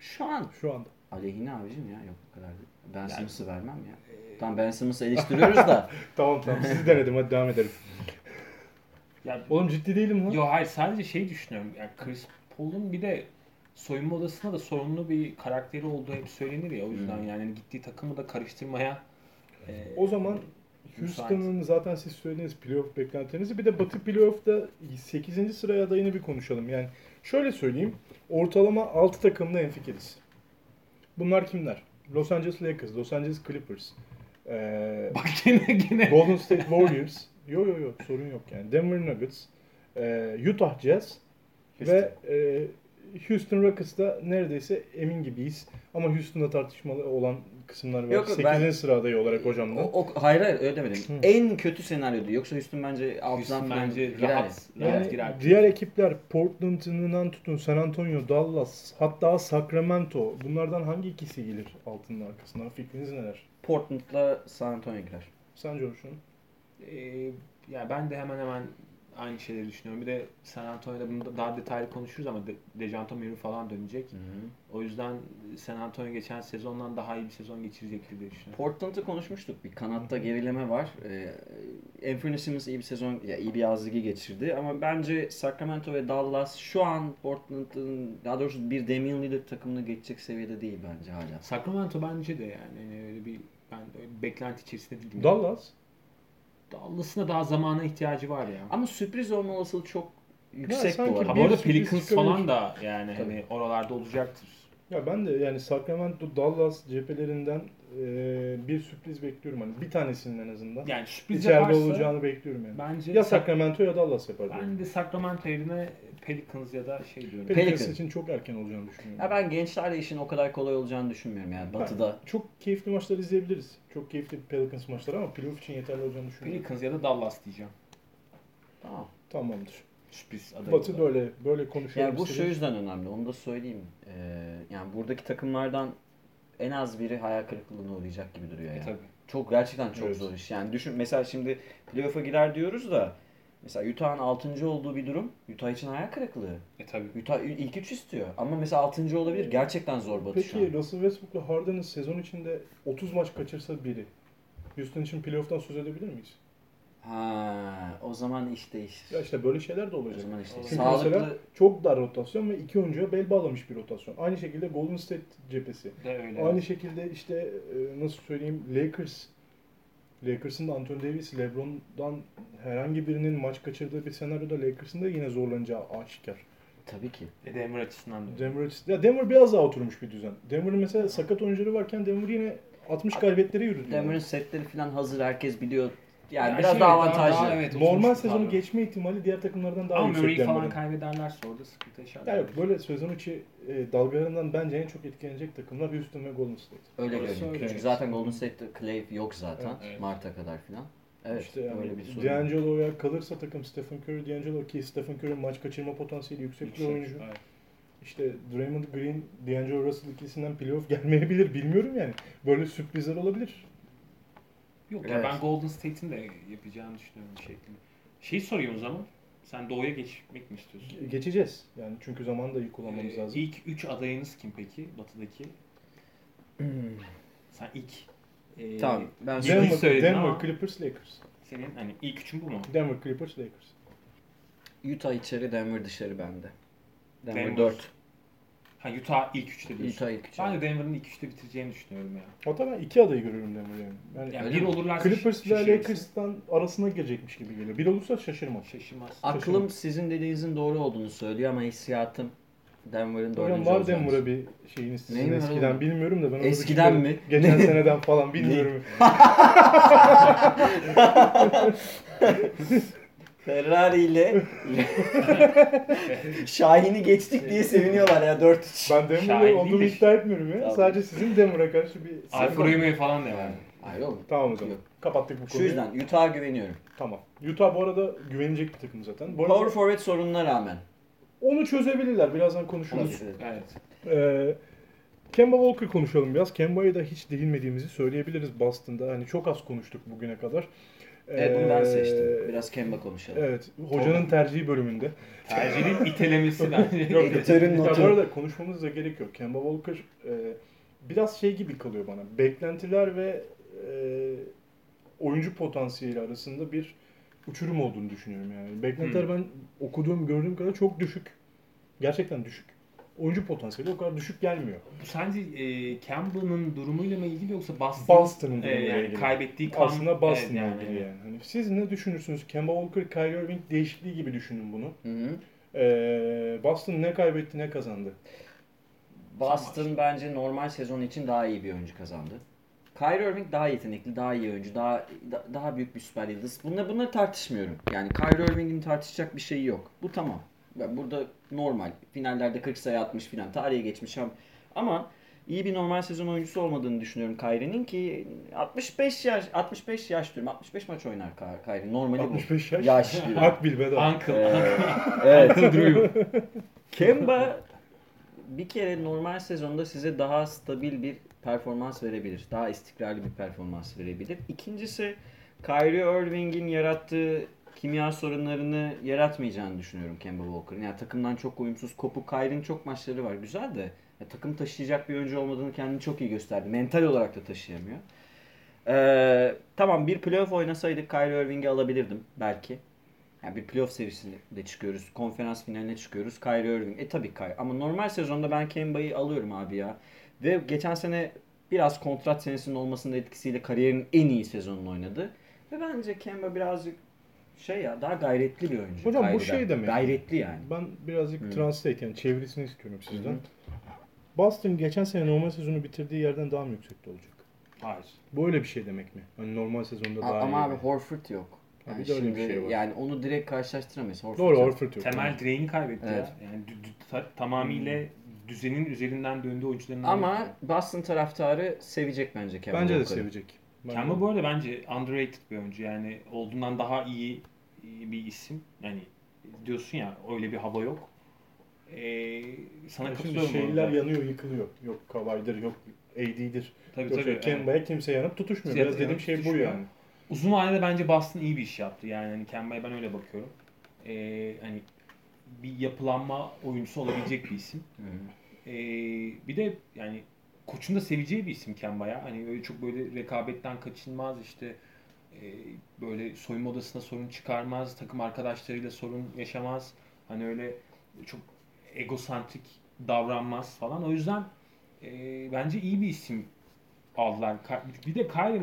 şu an şu anda? aleyhine abicim ya yok o kadar değil. Ben Yani- Simmons'ı vermem ya. Tamam Ben Simmons'ı eleştiriyoruz <laughs> da Tamam tamam sizi denedim hadi devam edelim. Ya, Oğlum ciddi değilim lan. yo hayır sadece şey düşünüyorum. Yani Chris Paul'un bir de soyunma odasında da sorunlu bir karakteri olduğu hep söylenir ya o yüzden Hmm. yani hani gittiği takımı da karıştırmaya e, O zaman Houston'ın zaten siz söylediğiniz playoff beklentinizi bir de Batı playoff'ta 8. sıraya adayını bir konuşalım. Yani şöyle söyleyeyim. Ortalama 6 takımla enfikiriz. Bunlar kimler? Los Angeles Lakers, Los Angeles Clippers, <laughs> ee, e, <laughs> bak gene gene Golden State Warriors. Yo yo yo sorun yok yani. Denver Nuggets, ee, Utah Jazz ve ee, Houston Rockets'ta neredeyse emin gibiyiz. Ama Houston'da tartışmalı olan kısımlar var. Yok, yok, 8. ben- sıra adayı olarak hocamdan. O, o- hayır hayır öyle demedim. Hı. En kötü senaryodu. Yoksa Houston bence alttan Houston falan bence girer. rahat, Yani rahat Yani girer. diğer ekipler Portland'ından tutun San Antonio, Dallas hatta Sacramento. Bunlardan hangi ikisi gelir altının arkasından? Fikriniz neler? Portland'la San Antonio girer. Sen Coşun. Hmm. Ee, ya ben de hemen hemen aynı şeyleri düşünüyorum. Bir de San Antonio'da bunu da- daha detaylı konuşuruz ama De- Dejanto Murray falan dönecek. Hmm. O yüzden San Antonio geçen sezondan daha iyi bir sezon geçirecektir diye düşünüyorum. Portland'ı konuşmuştuk. Bir kanatta gerileme var. Ee, Anthony Simmons iyi bir sezon, ya iyi bir yaz ligi geçirdi. Ama bence Sacramento ve Dallas şu an Portland'ın, daha doğrusu bir Damian Lillard takımını geçecek seviyede değil bence hala. Sacramento bence de yani, hani öyle bir ben öyle bir beklenti içerisinde değilim. Dallas. Dallas'ına daha zamana ihtiyacı var ya. Ama sürpriz olma olasılığı çok yüksek sanki bu Ha, arada. bu bir arada sürpriz Pelicans çıkabilir. falan da yani Tabii. hani oralarda olacaktır. Ya ben de yani Sacramento, Dallas cephelerinden eee, bir sürpriz bekliyorum. Hani bir tanesinin en azından. Yani sürpriz İçeride yaparsa olacağını bekliyorum yani. bence Ya Sacramento ya Dallas yapar. diyorum. ben de Sacramento yerine Pelicans ya da şey diyorum. Pelicans Pelican. için çok erken olacağını düşünüyorum. Ya ben gençlerle işin o kadar kolay olacağını düşünmüyorum yani Batı'da. Çok keyifli maçlar izleyebiliriz. Çok keyifli Pelicans maçları ama playoff için yeterli olacağını düşünüyorum. Pelicans ya da Dallas diyeceğim. Tamam. Tamamdır. Sürpriz adayı. Batı böyle böyle konuşuyor. Yani bu şu yüzden önemli. Onu da söyleyeyim. Ee, yani buradaki takımlardan en az biri hayal kırıklığına uğrayacak gibi duruyor E, yani. tabii. Çok gerçekten çok Evet. zor iş. Yani düşün mesela şimdi playoff'a girer diyoruz da mesela Utah'ın 6. olduğu bir durum Utah için hayal kırıklığı. E tabii. Utah ilk 3 istiyor ama mesela 6. olabilir. Gerçekten zor Batı şu an. Peki Russell Westbrook'la Harden'ın sezon içinde 30 maç kaçırsa biri. Houston için playoff'tan söz edebilir miyiz? Ha, o zaman iş değişir. Ya işte böyle şeyler de O olacak. zaman işte Çünkü Çünkü mesela sağlıklı çok dar rotasyon ve iki oyuncuya bel bağlamış bir rotasyon. Aynı şekilde Golden State cephesi. De öyle. Aynı şekilde işte e, nasıl söyleyeyim Lakers. Lakers'ın da Anthony Davis, LeBron'dan herhangi birinin maç kaçırdığı bir senaryoda Lakers'ın da yine zorlanacağı aşikar. tabii ki. E, Denver açısından da. öyle. Denver, ya Denver biraz daha oturmuş bir düzen. Denver'ın mesela sakat oyuncuları varken Denver yine 60 galibiyetlere yürüdü. Denver'ın setleri falan hazır herkes biliyor. Yani, Yani biraz şey, daha daha- avantajlı. daha evet. Normal Oturmuş sezonu tabii. geçme ihtimali diğer takımlardan daha Ama yüksek Murray falan Denver'ın. kaybederlerse orada sıkıntı yaşarlar. Ya yok böyle sezon içi e, dalgalarından bence en çok etkilenecek takımlar Houston ve Golden State. Öyle Orası görünüyor. öyle. Çünkü zaten Golden State'de Clay yok zaten Evet. Mart'a kadar filan. Evet. işte yani öyle bir sorun. D'Angelo'ya kalırsa takım Stephen Curry, D'Angelo ki Stephen Curry maç kaçırma potansiyeli yüksek, Yüksek, bir oyuncu. evet. İşte Draymond Green, D'Angelo Russell ikisinden playoff <laughs> gelmeyebilir bilmiyorum yani. Böyle sürprizler olabilir. Yok Evet. ya ben Golden State'in de yapacağını düşünüyorum bir şekilde. Şeyi sorayım o zaman. Sen doğuya geçmek mi istiyorsun? Ge- Geçeceğiz yani çünkü zaman da iyi kullanmamız Ee, lazım. ilk 3 adayınız kim peki? Batı'daki. Sen ilk. e, Tamam. Ben Denver- söyleyeyim. Denver, söyledin ama- Denver Clippers, Lakers. Senin hani ilk üçün bu mu? Denver Clippers, Lakers. <clears throat> Utah içeri, Denver dışarı bende. Denver, Denver. 4. Ha Utah ilk üçte diyorsun. Utah ilk içeri. Ben de Denver'ın ilk üçte bitireceğini düşünüyorum ya. Hatta ben iki adayı görüyorum Denver'ı yani. yani Yani Öyle bir mi? olurlarsa Clippers ile şaşırırsın. Lakers'tan arasına girecekmiş gibi geliyor. Bir olursa şaşırmam. Şaşırmaz. Aklım sizin dediğinizin doğru olduğunu söylüyor ama hissiyatım Denver'ın 4. Hocam olacağını. var Denver'a bir şeyiniz sizin Neyin var eskiden oğlum? bilmiyorum da ben onu Eskiden bir- mi? Geçen seneden falan bilmiyorum. Ferrari <laughs> ile Şahin'i geçtik diye seviniyorlar ya 4-3. ben Denver'ı Şahin olduğumu değilmiş. iddia etmiyorum ya. Tamam. Sadece sizin Denver'a karşı bir... Alfa Romeo falan da var. Hayır oğlum. Tamam o zaman. Yok. Kapattık bu Şu konuyu. yüzden Utah'a güveniyorum. Tamam. Utah bu arada güvenecek bir takım zaten. Bu arada Power forward sorununa rağmen. onu çözebilirler. Birazdan konuşuruz. Olabilir. Evet. Ee, Kemba Walker konuşalım biraz. Kemba'ya da hiç değinmediğimizi söyleyebiliriz Boston'da. Hani çok az konuştuk bugüne kadar. Evet bunu ben Ee, seçtim. Biraz Kemba konuşalım. Evet. Hocanın tercihi bölümünde. <laughs> Tercihin itelemesi bence. Yok, Editörün yok. Ya notu. Bu arada konuşmamız da gerek yok. Kemba Walker e, biraz şey gibi kalıyor bana. Beklentiler ve e, oyuncu potansiyeli arasında bir uçurum olduğunu düşünüyorum yani. Beklentiler Hmm. ben okuduğum, gördüğüm kadar çok düşük. Gerçekten düşük. Oyuncu potansiyeli o kadar düşük gelmiyor. Bu sence e, Campbell'ın durumuyla mı ilgili yoksa Boston'ın Boston'ın e, durumuyla yani ilgili. kaybettiği kan Aslında Boston'la Evet, ilgili yani. Hani siz ne düşünürsünüz? Kemba Walker, Kyrie Irving değişikliği gibi düşünün bunu. Hı hı. E, Boston ne kaybetti ne kazandı. Boston bence normal sezon için daha iyi bir oyuncu kazandı. Kyrie Irving daha yetenekli, daha iyi oyuncu, daha da- daha büyük bir süper yıldız. Bunları bunları tartışmıyorum. Yani Kyrie Irving'in tartışacak bir şeyi yok. Bu tamam. Ya burada normal. Finallerde 40 sayı atmış filan. Tarihe geçmiş ama- ama iyi bir normal sezon oyuncusu olmadığını düşünüyorum Kyrie'nin ki 65 yaş 65 yaş diyorum. 65 maç oynar Ky- Kyrie. Normali 65 bu. yaş. Yaş <laughs> diyorum. Akbil bedava. Uncle. Ee, evet. Uncle Drew. Kemba bir kere normal sezonda size daha stabil bir performans verebilir. Daha istikrarlı bir performans verebilir. İkincisi Kyrie Irving'in yarattığı kimya sorunlarını yaratmayacağını düşünüyorum Kemba Walker'ın. Yani takımdan çok uyumsuz, kopuk Kyrie'nin çok maçları var. Güzel de ya takım taşıyacak bir oyuncu olmadığını kendini çok iyi gösterdi. Mental olarak da taşıyamıyor. Ee, tamam bir playoff oynasaydık Kyrie Irving'i alabilirdim belki. Yani bir playoff serisinde de çıkıyoruz. Konferans finaline çıkıyoruz. Kyrie Irving. E tabii Kyrie. Ama normal sezonda ben Kemba'yı alıyorum abi ya. Ve geçen sene biraz kontrat senesinin olmasının etkisiyle kariyerin en iyi sezonunu oynadı. Ve bence Kemba birazcık şey ya daha gayretli bir oyuncu. Hocam bu Kyrie'den. şey demek. Gayretli yani. Ben birazcık Hı. translate yani çevirisini istiyorum sizden. Hı hı. Boston geçen sene normal sezonu bitirdiği yerden daha mı yüksekte olacak? Hayır. Böyle bir şey demek mi? Hani normal sezonda daha Ama iyi. abi Horford yok. Ha, Yani, bir de öyle bir şimdi- şey var. yani onu direkt karşılaştıramayız. Horford Doğru yok. Horford yok. Hmm. Temel direğini kaybetti Evet. ya. Yani dü- dü- ta- tamamıyla düzenin üzerinden döndüğü oyuncularından Ama biri. Boston taraftarı sevecek bence Kemba Bence de Walker'ı. sevecek. Ben- Kemba bu arada bence underrated bir oyuncu. Yani olduğundan daha iyi iyi bir isim. Yani diyorsun ya öyle bir hava yok. Ee, sana Şimdi katılıyorum. bu şeyler arada. yanıyor, yıkılıyor. Yok Kavay'dır, yok AD'dir. Tabii yok tabii. şey, Kemba'ya kimse yanıp tutuşmuyor. Kimse Biraz yanıp dediğim şey bu tutuşmuyor. yani. Uzun vadede bence Boston iyi bir iş yaptı. Yani hani Kemba'ya ben öyle bakıyorum. Ee, hani bir yapılanma oyuncusu olabilecek bir isim. Hı. Ee, bir de yani koçun da seveceği bir isim Kemba ya. Hani öyle çok böyle rekabetten kaçınmaz işte e, böyle soyunma odasında sorun çıkarmaz, takım arkadaşlarıyla sorun yaşamaz. Hani öyle çok egosantrik davranmaz falan. O yüzden e, bence iyi bir isim aldılar. Ka- Bir de Kyrie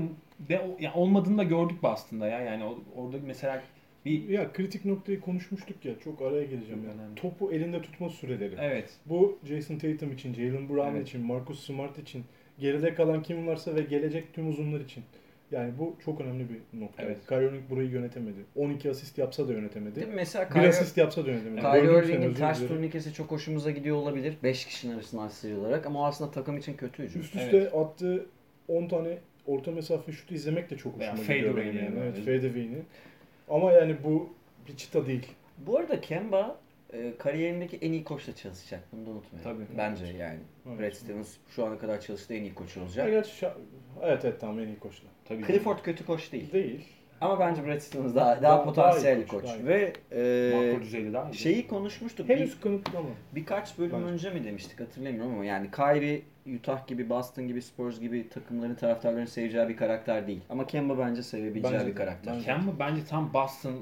de o- yani olmadığını da gördük aslında ya. Yani o- orada mesela bir Ya kritik noktayı konuşmuştuk ya. Çok araya geleceğim Çok yani. önemli. Topu elinde tutma süreleri. evet Bu Jason Tatum için, Jalen Brown Evet. için, Marcus Smart için, geride kalan kim varsa ve gelecek tüm uzunlar için. Yani bu çok önemli bir nokta. Evet. Kyrie Irving burayı yönetemedi. 12 asist yapsa da yönetemedi. Değil mi? Mesela Bir Kyrie, asist yapsa da yönetemedi. Kyrie Dördüncü sene, Irving'in özür ters dilerim. turnikesi çok hoşumuza gidiyor olabilir. 5 kişinin arasından sıyrılarak ama o aslında takım için kötü hücum. Üst üste attığı 10 tane orta mesafe şutu izlemek de çok hoşuma Veya gidiyor fadeaway'ini benim yani. yani. Evet, fadeaway'ini. Ama yani bu bir çıta değil. Bu arada Kemba e, kariyerindeki en iyi koçla çalışacak. Bunu da unutmayın. Tabii. Bence yani. Evet. Brad Stevens şu ana kadar çalıştığı en iyi koç Ya olacak. gerçi şa- evet evet tamam en iyi koçla. tabii. Clifford kötü koç değil. Değil. Ama bence Brad Stevens daha, daha, Daha- daha iyi potansiyelli koç, koç. daha iyi. Ve e, makro düzeyde daha iyi. şeyi konuşmuştuk. Bir- Henüz kanıtlama. Birkaç bölüm Bence. önce mi demiştik hatırlamıyorum ama yani Kyrie Utah gibi, Boston gibi, Spurs gibi takımların taraftarlarının seveceği bir karakter değil. Ama Kemba bence sevebileceği Bence bir de. karakter. Bence- Kemba bence tam Boston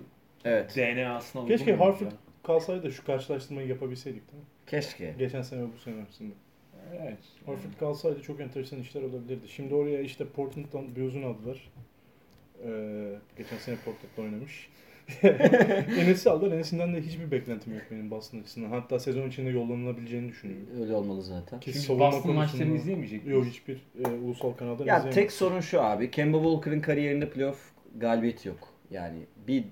Evet. DNA'sına uygun. Keşke bir oyuncu Harford ya. kalsaydı da şu karşılaştırmayı yapabilseydik değil mi? Keşke. Geçen sene ve bu sene arasında. Evet. Horford kalsaydı çok enteresan işler olabilirdi. Şimdi oraya işte Portland'dan bir uzun aldılar. Ee, geçen sene Portland'da oynamış. <laughs> Enes'i aldılar. Enes'inden de hiçbir beklentim yok benim Boston açısından. Hatta sezon içinde yollanılabileceğini düşünüyorum. Öyle olmalı zaten. Ki Çünkü savunma Boston maçlarını konusunda- izleyemeyecek Yok miyiz? hiçbir e, ulusal kanalda Ya izleyemem. tek sorun şu abi. Kemba Walker'ın kariyerinde playoff galibiyeti yok. Yani bir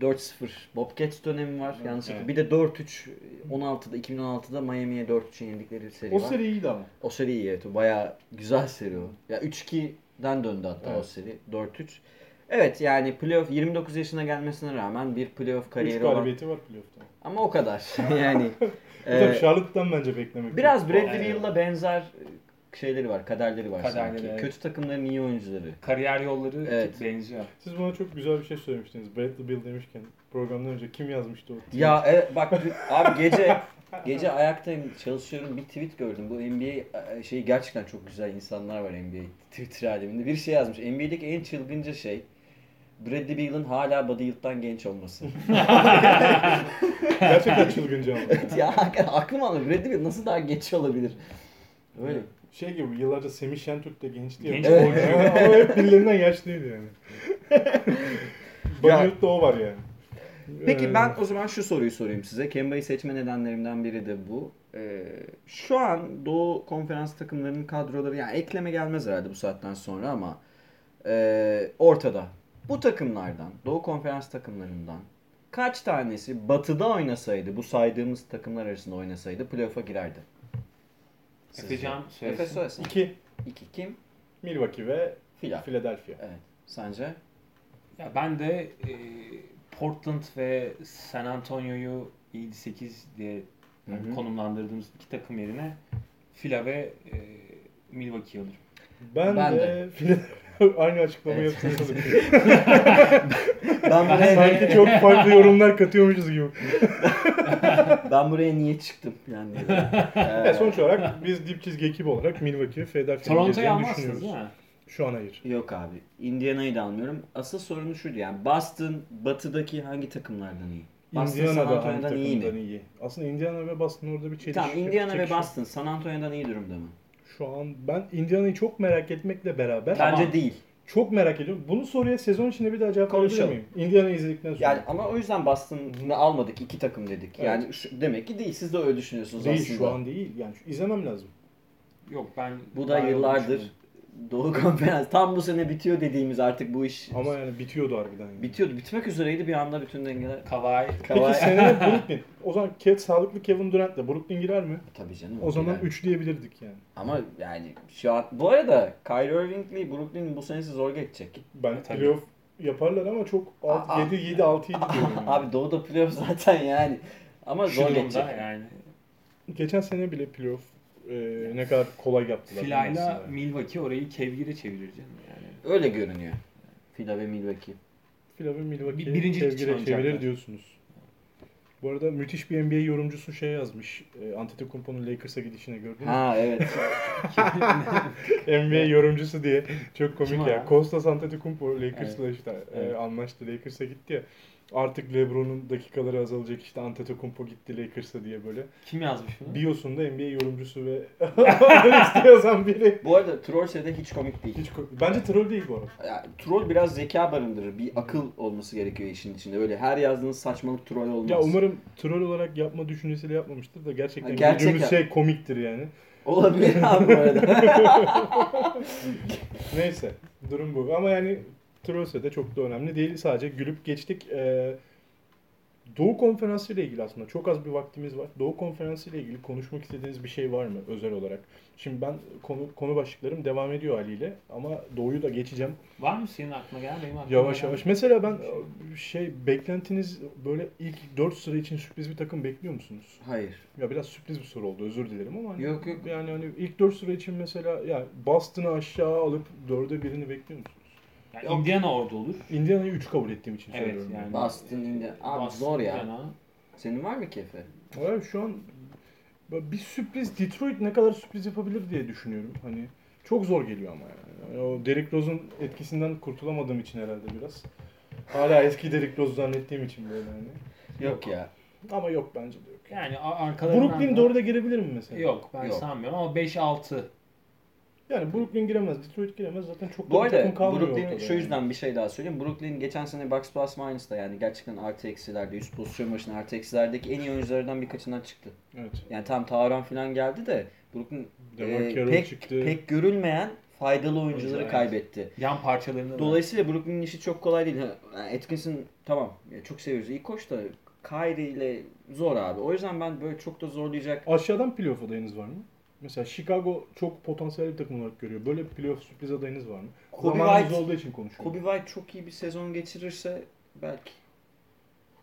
4-0 Bobcats dönemi var. Yanlış Evet. hatırlamıyorum. Bir de 4-3 16'da 2016'da Miami'ye 4-3 yenildikleri seri O var. seri iyiydi ama. O seri iyi evet. O bayağı güzel seri o. Ya 3-2'den döndü hatta Evet. o seri. 4-3. Evet yani playoff 29 yaşına gelmesine rağmen bir playoff Üç kariyeri olan. galibiyeti var playoff'ta. Ama o kadar. yani Bu e, da Ee, Charlotte'dan bence beklemek. biraz yok. Bradley Evet. Beal'la benzer e, şeyleri var, kaderleri var Kaderleri, sanki. evet. Kötü takımların iyi oyuncuları. Kariyer yolları Evet. benziyor. Siz bana çok güzel bir şey söylemiştiniz. Bradley Beal demişken programdan önce kim yazmıştı o? Ya evet bak dü- abi gece gece ayaktayım çalışıyorum bir tweet gördüm. Bu NBA e, şeyi gerçekten çok güzel insanlar var NBA Twitter aleminde. Bir şey yazmış. NBA'deki en çılgınca şey Bradley Beal'ın hala body yıldan genç olması. Gerçekten çılgınca ama. ya hakikaten aklım almıyor. Bradley Beal nasıl daha geç olabilir? <laughs> Öyle. Şey gibi yıllarca Semih Şentürk de gençti ya. Genç Evet. oyuncu. Ama hep birilerinden yaşlıydı yani. <laughs> Ya- Banyurt'ta o var yani. Peki Ee, ben o zaman şu soruyu sorayım size. Kemba'yı seçme nedenlerimden biri de bu. Ee, şu an Doğu Konferans takımlarının kadroları yani ekleme gelmez herhalde bu saatten sonra ama e, ortada. Bu takımlardan, Doğu Konferans takımlarından kaç tanesi Batı'da oynasaydı, bu saydığımız takımlar arasında oynasaydı playoff'a girerdi? Efecan söylesin. Efes söylesin. 2 İki kim? Milwaukee ve Fila. Philadelphia. Evet. Sence? Ya ben de e, Portland ve San Antonio'yu 7-8 diye yani Hı hı. konumlandırdığımız iki takım yerine Fila ve e, Milwaukee alırım. Ben, Ben de, de. Philadelphia <laughs> aynı açıklamayı Evet. yaptım. Ben buraya, <laughs> Sanki çok farklı yorumlar katıyormuşuz gibi. ben buraya niye çıktım? Yani, Ee, Evet, E, sonuç olarak biz dip çizgi ekibi olarak Milwaukee ve Philadelphia'yı Toronto'yu gezeceğini almazsınız düşünüyoruz. değil mi? Şu an hayır. Yok abi. Indiana'yı da almıyorum. Asıl sorunu şuydu yani. Boston batıdaki hangi takımlardan iyi? Boston San Indiana da aynı Antonio'dan iyi takımdan mi? iyi. Şey Aslında Indiana ve Boston orada bir çelişki. Tamam Indiana ve çekişiyor. Boston San Antonio'dan iyi durumda mı? Şu an ben Indiana'yı çok merak etmekle beraber Tamam. Bence değil. çok merak ediyorum. Bunu soruya sezon içinde bir daha cevap verebilir Konuşalım. miyim? Indiana'yı izledikten sonra. Yani ama o yüzden Boston'ı almadık iki takım dedik. Yani şu- demek ki değil. Siz de öyle düşünüyorsunuz değil aslında. şu an değil. Yani şu- izlemem lazım. Yok ben... Bu ben da öyle yıllardır düşünüyorum. Doğu Konferans tam bu sene bitiyor dediğimiz artık bu iş Ama yani bitiyordu harbiden. Yani. bitiyordu. Bitmek üzereydi bir anda bütün dengeler. Kawhi. Peki Kawhi- seneye Brooklyn. O zaman Cat sağlıklı Kevin Durant'la Brooklyn girer mi? Tabii canım. O zaman Yani. 3 diyebilirdik yani. Ama yani şu an bu arada Kyrie Irving'li Brooklyn bu senesi zor geçecek. Ben Tabii. playoff yaparlar ama çok Aa. 7 7 6 7 diyorum. yani. Abi Doğu'da playoff zaten yani. Ama zor Şu geçecek. durumda yani. Geçen sene bile playoff e, ne kadar kolay yaptılar. Fila'yla aslında. Milwaukee orayı kevgire çevirir canım <laughs> yani. Öyle görünüyor. Fila ve Milwaukee. Fila ve Milwaukee'yi Bir- birincilik için çevire- oynayacaklar. çevirir diyorsunuz. Bu arada müthiş bir NBA yorumcusu şey yazmış. E, Antetokounmpo'nun Lakers'a gidişine gördün mü? <laughs> Ha evet. NBA yorumcusu diye. Çok komik Kim o ya. ya? Kostas Antetokounmpo Lakers'la işte e, Evet. anlaştı. Lakers'a gitti ya. Artık LeBron'un dakikaları azalacak işte Antetokounmpo gitti Lakers'a diye böyle. <laughs> Kim yazmış bunu? Biosunda NBA yorumcusu ve <laughs> analist yazan biri. bu arada Trollse'de hiç komik değil. Hiç ko- Bence troll değil bu arada. Ya, troll biraz zeka barındırır. Bir akıl olması gerekiyor işin içinde. Öyle her yazdığınız saçmalık troll olmaz. Ya umarım troll olarak yapma düşüncesiyle yapmamıştır da gerçekten Ha, gerçek gördüğümüz ya. şey komiktir yani. Olabilir abi bu arada. Neyse durum bu ama yani trollse de çok da önemli değil sadece gülüp geçtik. Ee, Doğu Konferansı ile ilgili aslında çok az bir vaktimiz var. Doğu Konferansı ile ilgili konuşmak istediğiniz bir şey var mı özel olarak? Şimdi ben konu, konu başlıklarım devam ediyor haliyle ama Doğu'yu da geçeceğim. Var mı senin aklına gelen? Benim aklıma Yavaş gelen- yavaş. Mesela ben e, şey beklentiniz böyle ilk 4 sıra için sürpriz bir takım bekliyor musunuz? Hayır. Ya biraz sürpriz bir soru oldu özür dilerim ama hani, Yok, yok. yani hani ilk 4 sıra için mesela yani Boston'ı aşağı alıp 4'e birini bekliyor musunuz? Yani Indiana orada olur. Indiana'yı 3 kabul ettiğim için Evet söylüyorum. yani. Boston, Indiana. Abi Boston, zor ya. Indiana. Senin var mı kefe? yani. Abi şu an bir sürpriz Detroit ne kadar sürpriz yapabilir diye düşünüyorum. Hani çok zor geliyor ama yani. Yani o Derrick Rose'un etkisinden kurtulamadığım için herhalde biraz. Hala eski Derrick Rose zannettiğim için böyle yani. Yok ya. Ama yok bence de yok. Yani a- arkalarından Brooklyn da- doğru da girebilir mi mesela? Yok ben Yok. sanmıyorum ama 5-6. Yani Brooklyn giremez, Detroit giremez. Zaten çok Bu da bir takım arada kalmıyor Brooklyn ortada şu yani. yüzden bir şey daha söyleyeyim. Brooklyn geçen sene box plus minus'ta yani gerçekten artı eksilerde, üst pozisyon başına artı eksilerdeki en iyi oyunculardan birkaçından çıktı. Evet. Yani tam Taran falan geldi de Brooklyn Demar e, Carroll pek, çıktı. pek görülmeyen faydalı oyuncuları Oyuncular, kaybetti. Yan parçalarını Dolayısıyla Brooklyn'in işi çok kolay değil. Ha, yani Atkinson tamam ya çok seviyoruz. İyi koç da Kyrie ile zor abi. O yüzden ben böyle çok da zorlayacak Aşağıdan playoff adayınız var mı? Mesela Chicago çok potansiyel bir takım olarak görüyor. Böyle bir playoff sürpriz adayınız var mı? Kobe Zamanımız White- olduğu için konuşuyorum. Kobe White çok iyi bir sezon geçirirse belki.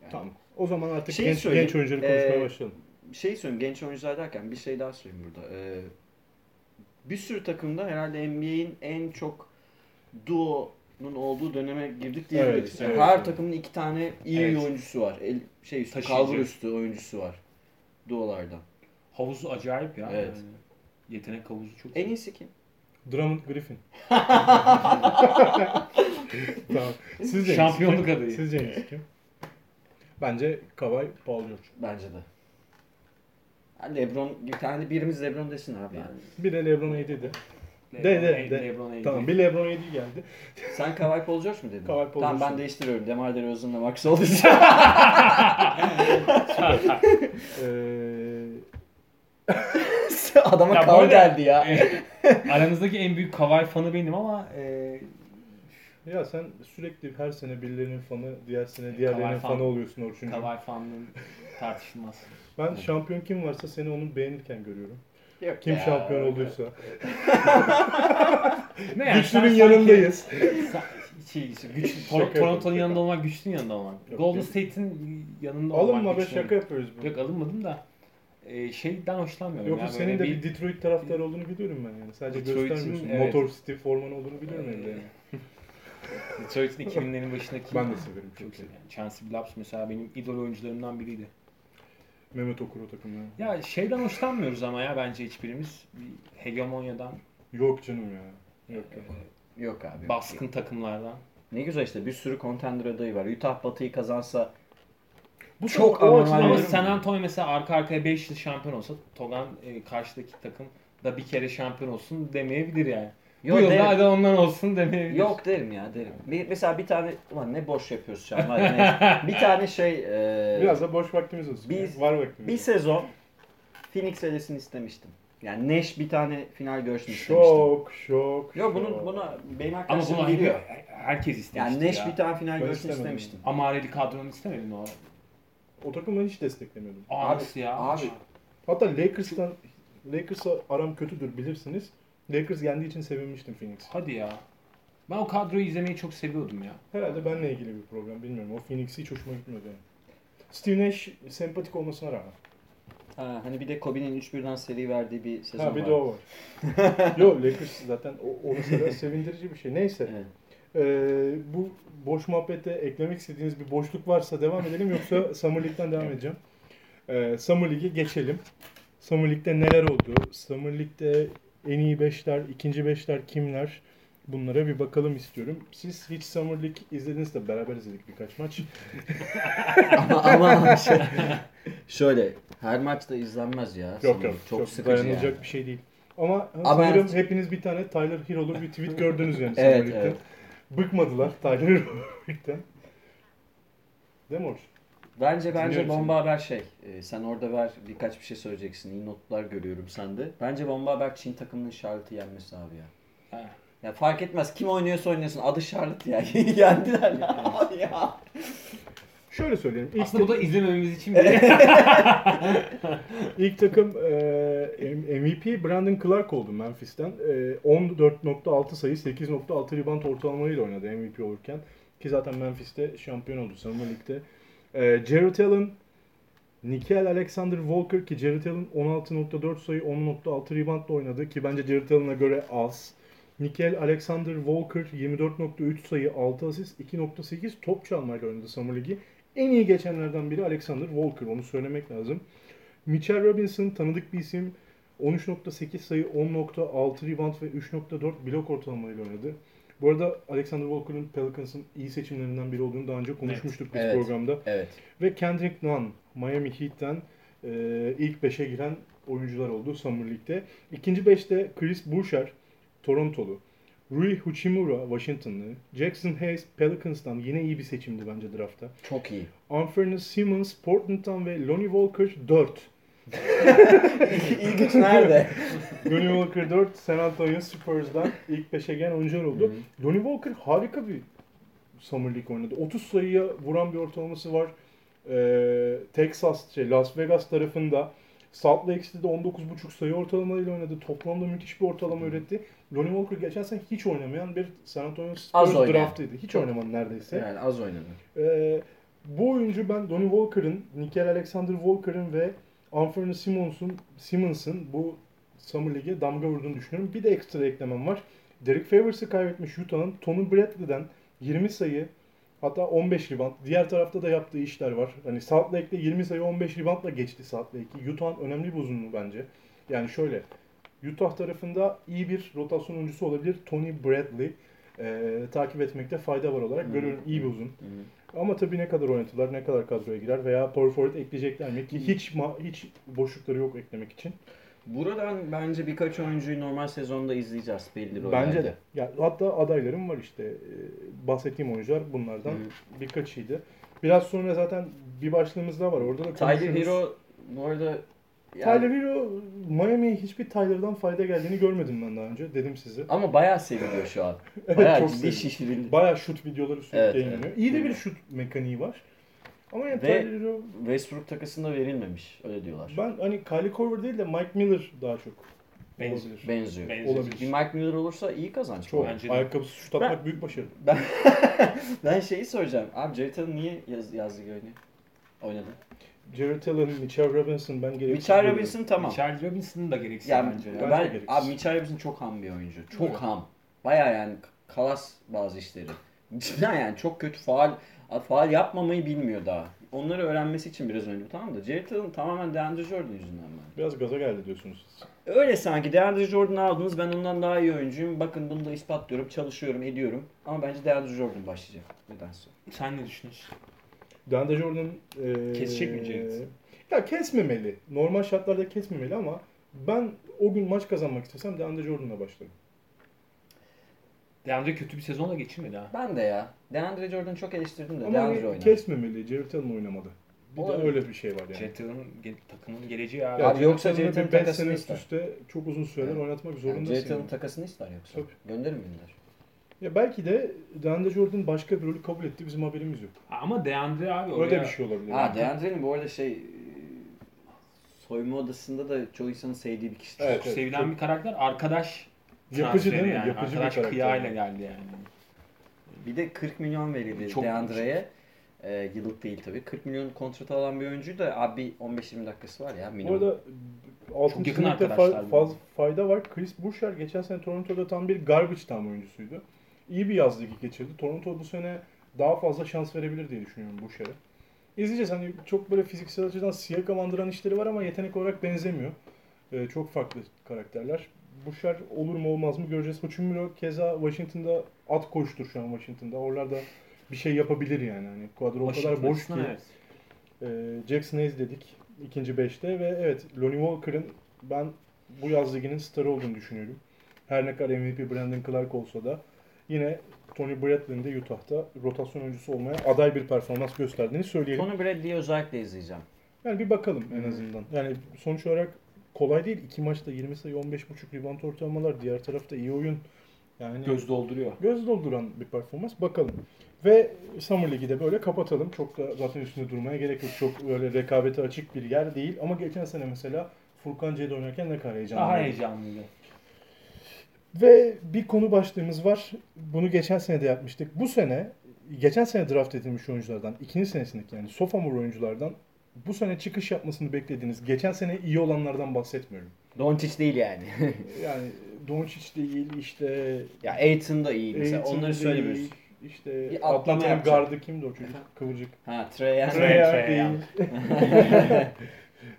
Yani Tamam. O zaman artık Şeyi genç, söyleyeyim, genç oyuncuları konuşmaya ee, başlayalım. Bir şey söyleyeyim genç oyuncular derken bir şey daha söyleyeyim burada. Ee, bir sürü takımda herhalde NBA'in en çok duo'nun olduğu döneme girdik diyebiliriz. Evet, Yani evet, Her evet. takımın iki tane iyi Evet. oyuncusu var. El, şey üstü, Taşıyıcı. kalbur üstü oyuncusu var. Duolardan. havuzu acayip ya. Evet. Yani yetenek havuzu çok. En iyisi kim? Drummond <laughs> Griffin. tamam. Siz Cengiz Şampiyonluk kim? adayı. Siz Cengiz kim? Bence Kawhi Paul George. Bence de. Ha, Lebron bir tane de birimiz Lebron desin abi. Yani. Bir de LeBron AD de. LeBron, De de de. LeBron AD. Tamam bir LeBron AD geldi. Sen Kawhi Paul George mu dedin? Kawhi Paul tamam George'sun. ben değiştiriyorum. Demar DeRozan'la Max olacak. Ee, <laughs> Adama Ya kav böyle- <laughs> geldi ya. Ee, Aranızdaki en büyük Kawhi fanı benim ama e, Ya sen sürekli her sene birilerinin fanı, diğer sene E, diğerlerinin Kawhi fan. fanı oluyorsun Orçuncuğum. Kavai fanlığın <laughs> tartışılmaz. Ben şampiyon kim varsa seni onun beğenirken görüyorum. Yok Kim ya. şampiyon olduysa. Ne yani, sen Güçlünün sanki- yanındayız. Sen- şey, işte güç, Tor- yapıyorum, Toronto'nun şaka. yanında olmak güçlünün yanında olmak. Yok, Golden değil. State'in yanında olmak. Alınma be güçlünün- şaka yapıyoruz bu. Yok alınmadım da e, şeyden hoşlanmıyorum. Yoksa ya, senin böyle de bir <laughs> Detroit taraftarı olduğunu biliyorum ben yani. Sadece Detroit'in, göstermiyorsun. evet. Ee, Motor City formanı olduğunu biliyorum Evet. evde yani. Detroit'in 2000'lerin başındaki Ben de severim, çok çok severim. yani Chance Blaps mesela benim idol oyuncularımdan biriydi. Mehmet Okur o takımda. Ya şeyden hoşlanmıyoruz ama ya bence hiçbirimiz bir hegemonyadan, Yok canım ya. Yok yok. Yok abi. yok. baskın takımlardan. Ne güzel işte bir sürü contender adayı var. Utah Batı'yı kazansa Bu Çok sene o anormal açıdan- Aynen. Ama San Antonio mesela arka arkaya 5 yıl şampiyon olsa Togan e, karşıdaki takım da bir kere şampiyon olsun demeyebilir yani. Yok Bu yıl derim. da hadi ondan olsun demeyebilir. Yok derim ya derim. Bir, mesela bir tane ulan ne boş yapıyoruz şu an. hadi neyse. <laughs> bir tane şey e, Biraz da boş vaktimiz olsun. Biz- ya. Var bir vaktimiz. sezon Phoenix elesini istemiştim. Yani Nash bir tane final görsün istemiştim. Şok Yok şok. şok. bunun buna benim Ama bunu arkadaşlarım biliyor. hep- herkes istemişti Yani Nash ya. bir tane final Ben görsün istemedim. istemiştim. Ama Areli kadronu istemedin o. O takımı ben hiç desteklemiyordum. Aa, nasıl ya? abi. Hatta Lakers'tan Lakers'a aram kötüdür bilirsiniz. Lakers yendiği için sevinmiştim Phoenix. Hadi ya. Ben o kadroyu izlemeyi çok seviyordum ya. Herhalde benle ilgili bir problem bilmiyorum. O Phoenix'i hiç hoşuma gitmedi. Yani. Steve Nash sempatik olmasına rağmen. Ha, hani bir de Kobe'nin 3-1'den seri verdiği bir sezon Ha bir var. de o var. <laughs> Yo Lakers zaten o, o mesela sevindirici bir şey. Neyse. Evet. Ee, bu boş muhabbete eklemek istediğiniz bir boşluk varsa devam edelim <laughs> yoksa Summer League'den devam edeceğim. Ee, Summer League'e geçelim. Summer League'de neler oldu? Summer League'de en iyi beşler, ikinci beşler kimler? Bunlara bir bakalım istiyorum. Siz hiç Summer League izlediniz de beraber izledik birkaç maç. <laughs> ama, ama <laughs> şey- şöyle her maçta izlenmez ya. Yok yok. Çok, Çok, sıkıcı dayanılacak yani. bir şey değil. Ama Ama sanırım evet. hepiniz bir tane Tyler Hero'lu <laughs> bir tweet gördünüz yani Summer Evet, League'de. evet. Bıkmadılar Tyler Hero'luk'tan. Değil mi Orç? Bence bence Dinliyorum seni. bomba haber şey. e, sen orada ver birkaç bir şey söyleyeceksin. İyi notlar görüyorum sende. Bence bomba haber Çin takımının Charlotte'ı yenmesi abi ya. Ha. Ya fark etmez kim oynuyorsa oynasın adı Charlotte ya. <laughs> Yendiler <laughs> ya. Aman ya. Şöyle söyleyelim. İlk Aslında bu da izlemememiz <laughs> için bile. İlk takım eee, M- MVP Brandon Clark oldu Memphis'ten. Eee, 14.6 sayı, 8.6 rebound ortalamayla oynadı MVP olurken. Ki zaten Memphis'te şampiyon oldu Summer League'de. Eee Jarrett Ee, Allen, Nikhil Alexander Walker ki Jarrett Allen 16.4 sayı, 10.6 reboundla oynadı ki bence Jarrett Allen'a göre az. Nikhil Alexander Walker 24.3 sayı, 6 asist, 2.8 top çalmayla oynadı Summer League'i. En iyi geçenlerden biri Alexander Walker onu söylemek lazım. Mitchell Robinson tanıdık bir isim. 13.8 sayı, 10.6 rebound ve 3.4 blok ortalamayla oynadı. Bu arada Alexander Walker'ın Pelicans'ın iyi seçimlerinden biri olduğunu daha önce konuşmuştuk biz Evet. programda. Evet. Ve Kendrick Nunn Miami Heat'ten e, ilk 5'e giren oyuncular oldu Summer League'de. İkinci 5'te Chris Boucher Torontolu. Rui Hachimura Washington'lı. Jackson Hayes Pelicans'tan yine iyi bir seçimdi bence draftta. Çok iyi. Anfernee Simmons Portland'dan ve Lonnie Walker 4. <laughs> İyi güç nerede? Lonnie Walker 4 San Antonio Spurs'dan ilk 5'e gelen oyuncular oldu. Lonnie Walker harika bir Summer League oynadı. 30 sayıya vuran bir ortalaması var. Ee, Texas, şey, Las Vegas tarafında Salt Lake City'de 19.5 sayı ortalamayla oynadı. Toplamda müthiş bir ortalama üretti. Lonnie Walker geçen sene hiç oynamayan bir San Antonio Spurs Az oynayan. draftıydı. Hiç oynamadı neredeyse. yani az oynadı. Ee, bu oyuncu ben Donnie Walker'ın, Nikhil Alexander Walker'ın ve Anthony Simmons'un Simmons'ın bu Summer League'e damga vurduğunu düşünüyorum. Bir de ekstra eklemem var. Derek Favors'ı kaybetmiş Utah'ın Tony Bradley'den 20 sayı hatta 15 rebound. Diğer tarafta da yaptığı işler var. Hani Salt Lake'de 20 sayı 15 reboundla geçti Salt Lake'i. Utah'ın önemli bir uzunluğu bence. Yani şöyle Utah tarafında iyi bir rotasyon oyuncusu olabilir Tony Bradley. Ee, takip etmekte fayda var olarak Hı. görüyorum iyi bir uzun. Hı. Ama tabii ne kadar oynatılar, ne kadar kadroya girer veya power forward ekleyecekler mi ki hiç ma- hiç boşlukları yok eklemek için. Buradan bence birkaç oyuncuyu normal sezonda izleyeceğiz belli rollerde. Bence de. Ya hatta adaylarım var işte. Ee, bahsettiğim oyuncular bunlardan Hı. birkaçıydı. Biraz sonra zaten bir başlığımız daha var. Orada da Tyler konuşuruz. Hero bu arada Yani- Tyler Hero, Miami'ye hiçbir Tyler'dan fayda geldiğini görmedim ben daha önce. Dedim size. <laughs> Ama bayağı seviliyor şu an. Evet, Bayağı çok ciddi sevdim. şişirildi. Bayağı şut videoları sürekli Evet, yayınlanıyor. evet. İyi de bir şut mekaniği var. Ama yani Ve- Tyler Hero, Westbrook takısında verilmemiş. Öyle diyorlar. ben hani Kyle Korver değil de Mike Miller daha çok Benziyor. olabilir. Benziyor. Benziyor. Olabilir. Bir Mike Miller olursa iyi kazanç. Çok. Çok. Bence de. Ayakkabısı şut atmak büyük başarı. Ben, ben şeyi soracağım. Abi Jared Allen niye yaz, yazdı oyunu? Oynadı. Jared Allen, Mitchell Robinson ben gereksiz Mitchell buluyorum. Robinson tamam. Charles Robinson'ın da gereksiz Yani bence. ya. ben, Bence gereksiz. abi Mitchell Robinson çok ham bir oyuncu. Çok Evet. ham. Baya yani kalas bazı işleri. <laughs> Cidden yani çok kötü faal faal yapmamayı bilmiyor daha. Onları öğrenmesi için biraz önce tamam da Jared Allen tamamen DeAndre Jordan yüzünden ben. Biraz gaza geldi diyorsunuz siz. Öyle sanki DeAndre Jordan aldınız ben ondan daha iyi oyuncuyum. Bakın bunu da ispatlıyorum, çalışıyorum, ediyorum. Ama bence DeAndre Jordan başlayacak nedense. Sen ne düşünüyorsun? DeAndre Jordan... eee, Kesecek mi Jared? Ya kesmemeli. Normal şartlarda kesmemeli ama ben o gün maç kazanmak istesem DeAndre Jordan'la başlarım. DeAndre kötü bir sezonla geçirmedi ha. Ben de ya. DeAndre Jordan'ı çok eleştirdim de Ama DeAndre hani oynar. kesmemeli. Jared Allen oynamalı. Bir de Olabilir. öyle bir şey var yani. Jet Allen'ın ge- takımın geleceği ya. Ya Abi yoksa Allen'ı Jared Allen bir beş takasını sene üst ister. üste çok uzun süreler Evet. oynatmak Yani Jared zorundasın. Allen'ın yani. takasını ister yoksa. Tabii. Gönderir mi gönder? Ya belki de DeAndre Jordan başka bir rolü kabul etti. Bizim haberimiz yok. Ama Ama DeAndre abi Öyle oraya bir şey olabilir. Ha yani. DeAndre'nin bu arada şey e, soyma odasında da çoğu insanın sevdiği bir kişidir. Evet. sevilen bir karakter arkadaş Yapıcı değil mi? transferi Yani. Yapıcı bir arkadaş karakter. kıyayla geldi yani. Bir de 40 milyon verildi Çok DeAndre'ye. E, yıllık değil tabii. 40 milyon kontrat alan bir oyuncuyu da abi 15-20 dakikası var ya Bu minimum. arada altın Çok yakın çizmekte fa- arkadaşlar bu. faz- fayda var. Chris Boucher geçen sene Toronto'da tam bir garbage time oyuncusuydu. İyi bir yaz ligi geçirdi. Toronto bu sene daha fazla şans verebilir diye düşünüyorum Boucher'e. İzleyeceğiz hani çok böyle fiziksel açıdan siyah kamandıran işleri var ama yetenek olarak benzemiyor. Ee, çok farklı karakterler. Boucher olur mu olmaz mı göreceğiz. Hachimura keza Washington'da at koştur şu an Washington'da. Oralarda bir şey yapabilir yani. Hani kadro o kadar Washington boş ki. açısından evet. Ee, Jackson Hayes dedik ikinci beşte ve evet Lonnie Walker'ın ben bu yaz liginin starı olduğunu düşünüyorum. Her ne kadar MVP Brandon Clark olsa da yine Tony Bradley'in de Utah'ta rotasyon oyuncusu olmaya aday bir performans gösterdiğini söyleyelim. Tony Bradley'i özellikle izleyeceğim. Yani bir bakalım en azından. Yani sonuç olarak kolay değil. İki maçta 20 sayı 15.5 rebound ortalamalar. Diğer tarafta iyi oyun. Yani Göz dolduruyor. göz dolduran bir performans. Bakalım. Ve Summer Ligi de böyle kapatalım. Çok da zaten üstünde durmaya gerek yok. Çok böyle rekabete açık bir yer değil. Ama geçen sene mesela Furkan C'de oynarken ne kadar heyecanlı. Daha heyecanlıydı. Ve bir konu başlığımız var. Bunu geçen sene de yapmıştık. Bu sene geçen sene draft edilmiş oyunculardan, ikinci senesindeki yani sophomore oyunculardan bu sene çıkış yapmasını beklediğiniz, geçen sene iyi olanlardan bahsetmiyorum. Doncic değil yani. <laughs> Yani Doncic değil, işte ya Aiton da iyi mesela. Aiton Onları değil, söylemiyoruz. İşte Bir atlama Atlanta'nın yapacak. gardı kimdi o çocuk? Kıvırcık. Ha Trey Young. Trae Trae Young. <laughs> Young değil.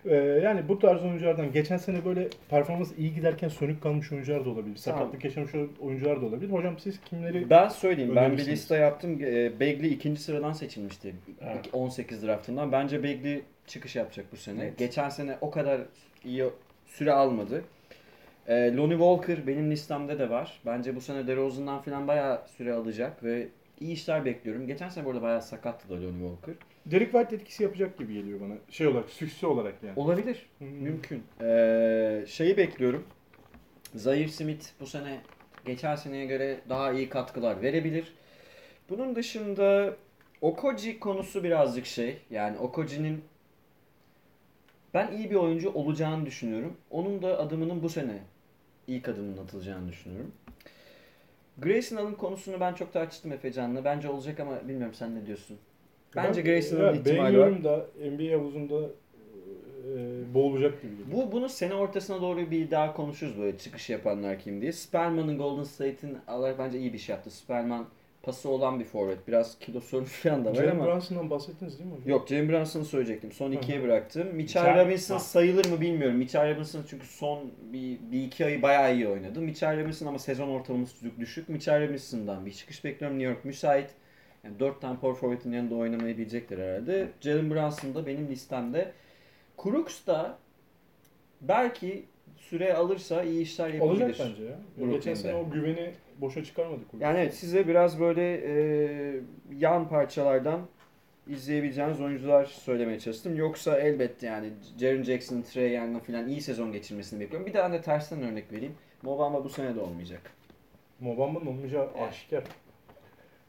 Ee, yani bu tarz oyunculardan geçen sene böyle performans iyi giderken sönük kalmış oyuncular da olabilir. Tamam. Sakatlık yaşamış oyuncular da olabilir. Hocam siz kimleri Ben söyleyeyim. Ben bir Önerirsiniz. liste yaptım. E, Bagley ikinci sıradan seçilmişti. Evet. 18 draftından. Bence Bagley çıkış yapacak bu sene. Evet. Geçen sene o kadar iyi süre almadı. E, Lonnie Walker benim listemde de var. Bence bu sene DeRozan'dan falan bayağı süre alacak ve iyi işler bekliyorum. Geçen sene bu arada bayağı sakattı da Lonnie Walker. Derek White etkisi yapacak gibi geliyor bana. Şey olarak, süksü olarak yani. Olabilir. Hmm. Mümkün. Ee, şeyi bekliyorum. Zayıf Smith bu sene geçen seneye göre daha iyi katkılar verebilir. Bunun dışında Okoji konusu birazcık şey. Yani Okoji'nin ben iyi bir oyuncu olacağını düşünüyorum. Onun da adımının bu sene ilk adımının atılacağını düşünüyorum. Grayson Allen konusunu ben çok tartıştım Efe Can'la. Bence olacak ama bilmiyorum sen ne diyorsun. Bence Ben- Grayson evet, Allen ihtimali var. Beğeniyorum da NBA havuzunda e, boğulacak gibi geliyor. Bu bunu sene ortasına doğru bir daha konuşuruz böyle çıkış yapanlar kim diye. Spellman'ın Golden State'in alarak bence iyi bir şey yaptı. Spellman pası olan bir forvet. Biraz kilo sorunu falan da var Jalen ama. Brunson'dan bahsettiniz değil mi hocam? Yok Jalen Brunson'ı söyleyecektim. Son ikiye bıraktım. Mitchell Mitchell- Robinson Ha. sayılır mı bilmiyorum. Mitchell Robinson çünkü son bir, bir iki ayı bayağı iyi oynadı. Mitchell Robinson ama sezon ortalaması düşük. Mitchell Robinson'dan bir çıkış bekliyorum. New York müsait. Yani 4 tane power forward'in yanında oynamayı bilecekler herhalde. Jalen Brunson da benim listemde. Crooks da belki süre alırsa iyi işler yapabilir. Olacak bence ya. Brooklyn'de. Geçen sene o güveni boşa çıkarmadık. Yani evet size biraz böyle e, yan parçalardan izleyebileceğiniz oyuncular söylemeye çalıştım. Yoksa elbette yani Jaren Jackson, Trey Young'ın falan iyi sezon geçirmesini bekliyorum. Bir tane de tersten örnek vereyim. Mobamba bu sene de olmayacak. Mobamba'nın olmayacağı aşikar.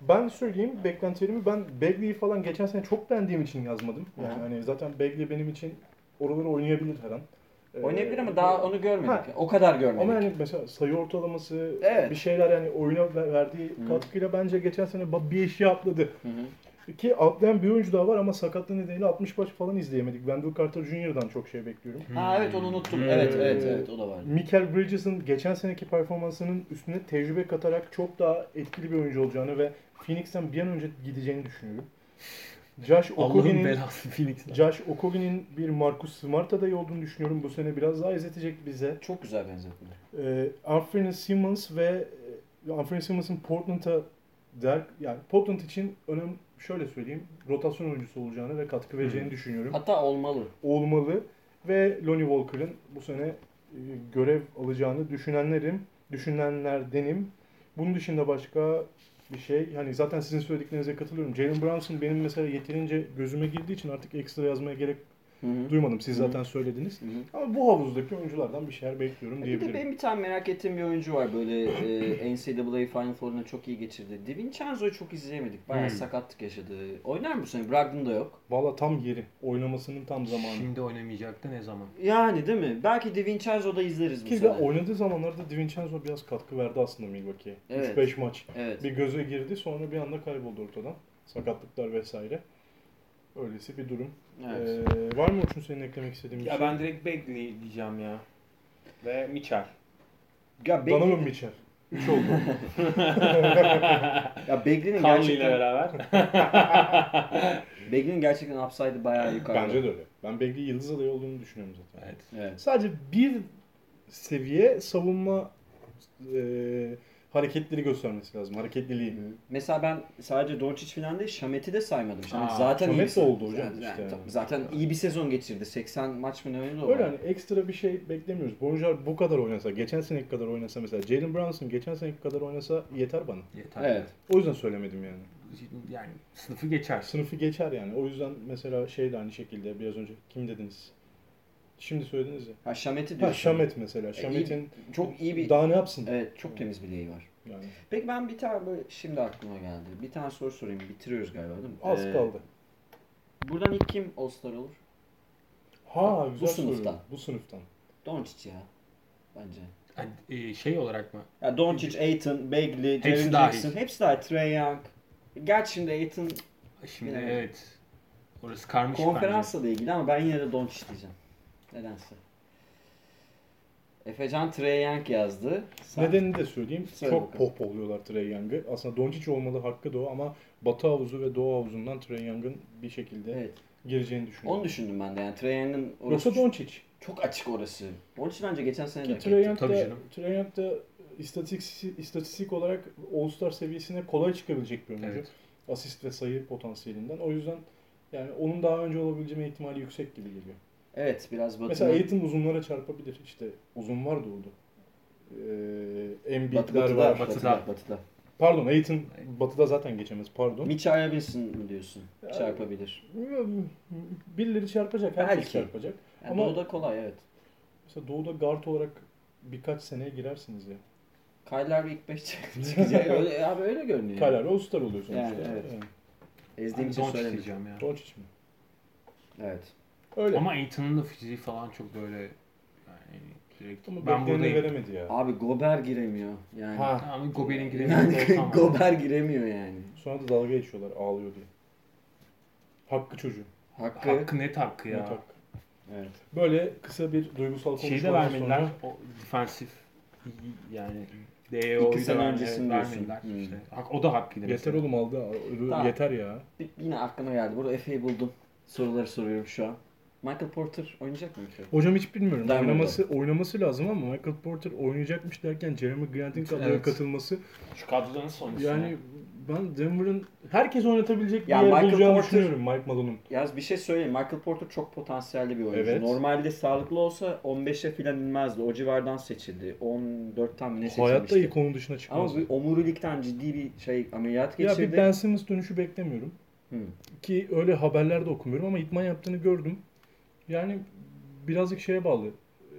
Ben söyleyeyim beklentilerimi ben Bagley'i falan geçen sene çok beğendiğim için yazmadım. Yani Aha. hani zaten Bagley benim için oraları oynayabilir her an. Ee, Oynayabilir ama daha onu görmedik. Ha. O kadar görmedik. ama hani- yani mesela sayı ortalaması, Evet. bir şeyler yani oyuna ver- verdiği Hı. katkıyla bence geçen sene ba- bir eşiği atladı. Hı hı. Ki atlayan bir oyuncu daha var ama sakatlığı nedeniyle 60 maç falan izleyemedik. Wendell Carter Jr.'dan çok şey bekliyorum. Ha evet onu unuttum. Hmm. Evet evet evet o da var. Michael Bridges'ın geçen seneki performansının üstüne tecrübe katarak çok daha etkili bir oyuncu olacağını ve Phoenix'ten bir an önce gideceğini düşünüyorum. Josh Allah'ın Okogin'in belası Phoenix'ler. Josh Okogin'in bir Marcus Smart adayı olduğunu düşünüyorum. Bu sene biraz daha izletecek bize. Çok güzel benzetme. Ee, Anthony Simmons ve e, Anthony Simmons'ın Portland'a der, yani Portland için önem şöyle söyleyeyim rotasyon oyuncusu olacağını ve katkı vereceğini düşünüyorum. Hatta olmalı. olmalı ve Lonnie Walker'ın bu sene e, görev alacağını düşünenlerim, düşünenlerdenim. Bunun dışında başka bir şey, hani zaten sizin söylediklerinize katılıyorum. Jalen Brunson benim mesela yeterince gözüme girdiği için artık ekstra yazmaya gerek Hı hı. duymadım. Siz Hı. zaten söylediniz. Hı hı. Ama bu havuzdaki oyunculardan bir şeyler bekliyorum E, Bir de diyebilirim. benim bir tane merak ettiğim bir oyuncu var böyle e, NCAA Final Four'una çok iyi geçirdi. DiVincenzo'yu çok izleyemedik. Bayağı Hmm. sakatlık yaşadı. Oynar mı bu sene? Brogdon da yok. Valla tam yeri. Oynamasının tam zamanı. Şimdi oynamayacak da ne zaman? Yani değil mi? Belki DiVincenzo'da izleriz bu Ki de sene. oynadığı zamanlarda DiVincenzo biraz katkı verdi aslında Milwaukee'ye. Evet. 3-5 maç. Evet. Bir göze girdi sonra bir anda kayboldu ortadan. Sakatlıklar vesaire. Öylesi bir durum. evet. Ee, var mı Orçun senin eklemek istediğin bir Ya şey? ben direkt Bagley diyeceğim ya. Ve Mitchell. ya Bagley- Donovan Mitchell. 3 oldu. Ya Bagley'nin Kanlı ile gerçekten, beraber. Bagley'nin gerçekten upside'ı bayağı yukarıda. Bence de öyle. Ben Bagley yıldız adayı olduğunu düşünüyorum zaten. evet. Evet. Sadece bir seviye savunma e, hareketleri göstermesi lazım. Hareketliliği. Mesela ben sadece Doncic falan değil, Şamet'i de saymadım. Şamet Aa, zaten iyi Şamet bir de sezon- oldu hocam zaten- işte. tabii, zaten iyi bir sezon geçirdi. 80 maç mı ne oynadı o? Öyle hani ekstra bir şey beklemiyoruz. Bonjar bu kadar oynasa, geçen seneki kadar oynasa mesela Jalen Brunson geçen seneki kadar oynasa yeter bana. Yeter. Evet. O yüzden söylemedim yani. Yani sınıfı geçer. Sınıfı geçer yani. O yüzden mesela şey de aynı şekilde biraz önce kim dediniz? Şimdi söylediniz ya. Ha Şamet'i Ha, diyorsun. E, Şamet mesela. iyi- Şamet'in Çok iyi bir... daha ne yapsın? Evet çok temiz bir leği var. Yani Peki ben bir tane böyle şimdi aklıma geldi. Bir tane soru sorayım. Bitiriyoruz galiba değil mi? az Ee, kaldı. Buradan ilk kim All-Star olur? Ha güzel bu soru. sınıftan. Bu sınıftan. Doncic ya. Bence. Hani, e, şey olarak mı? Ya Doncic, Ayton, Bagley, Jaren dahil. Jackson. Hepsi dahil. Trae Young. Gerçi şimdi Ayton Şimdi Bilemedim. evet. Orası karmaşık konferansla da ilgili ama ben yine de Doncic diyeceğim. Nedense. Efecan Trae Young yazdı. Sen- Nedenini de söyleyeyim. Söyle Çok bakalım. pop oluyorlar Trey Young'ı. Aslında Doncic olmalı hakkı da o ama Batı havuzu ve Doğu havuzundan Trey Young'ın bir şekilde Evet. gireceğini düşünüyorum. Onu düşündüm ben de yani. Trae Young'ın orası Yoksa Doncic. çok açık orası. Doncic bence geçen sene de Ki hak Trae etti. Young Tabii da, canım. Trae Young da istatistik, istatistik olarak All-Star seviyesine kolay çıkabilecek bir oyuncu. Evet. Asist ve sayı potansiyelinden. O yüzden yani onun daha önce olabileceği ihtimali yüksek gibi geliyor. Evet biraz batı. Mesela Aiton uzunlara çarpabilir. İşte uzun var doğudu. Ee, Embiid'ler var. Batı- Batıda. Batıda. Pardon Aiton batıda zaten geçemez pardon. Mitch Arabinson mi diyorsun? Ya- Çarpabilir. Birileri çarpacak, herkes Belki. çarpacak. Yani Ama- Ama o da E, kolay evet. Mesela doğuda guard olarak birkaç seneye girersiniz ya. <laughs> Kaylar bir ilk 5 <laughs> çıkacak. öyle, abi öyle görünüyor. Kalar All-Star oluyor sonuçta. Yani, evet. Yani. Ezdiğim için bence. Doncic söylemeyeceğim. diyeceğim ya. Doncic mi? Evet. Öyle. Ama Aiton'un da fiziği falan çok böyle yani direkt Ama ben bekleneni buradayım. veremedi ya. Abi Gober giremiyor yani. Ha. Ama <laughs> Gober'in Yani giremeyecek ortam var. Gober giremiyor yani. Sonra da dalga geçiyorlar ağlıyor diye. Hakkı çocuğu. Hakkı. Hakkı net hakkı Net ya. hakkı. Evet. Böyle kısa bir duygusal Şeyi de konuşmadan vermediler. sonra O defansif yani DEO'yu İki da sene verme- öncesini diyorsun. vermediler. Hmm. İşte, hak- o da hakkıydı. yeter mesela. oğlum aldı. ölü- Tamam. Yeter ya. Bir- Yine aklıma geldi. Burada Efe'yi buldum. Soruları soruyorum şu an. Michael Porter oynayacak mı? Efe? Hocam hiç bilmiyorum. Ben oynaması oynaması lazım ama Michael Porter oynayacakmış derken Jeremy Grant'in kadroya Evet. katılması Şu kadroların sonucu. yani ben Denver'ın herkes oynatabilecek bir Ya yer Michael bulacağını Porter- düşünüyorum Mike Malone'un. Yalnız bir şey söyleyeyim. Michael Porter çok potansiyelli bir oyuncu. Evet. Normalde sağlıklı olsa 15'e filan inmezdi. O civardan seçildi. 14'ten mi ne seçilmişti? Hayatta ilk onun dışına çıkmaz. Ama bu omurilikten ciddi bir şey ameliyat ya geçirdi. bir Ben Simmons dönüşü beklemiyorum. Hı. Ki öyle haberler de okumuyorum ama idman yaptığını gördüm. Yani birazcık şeye bağlı.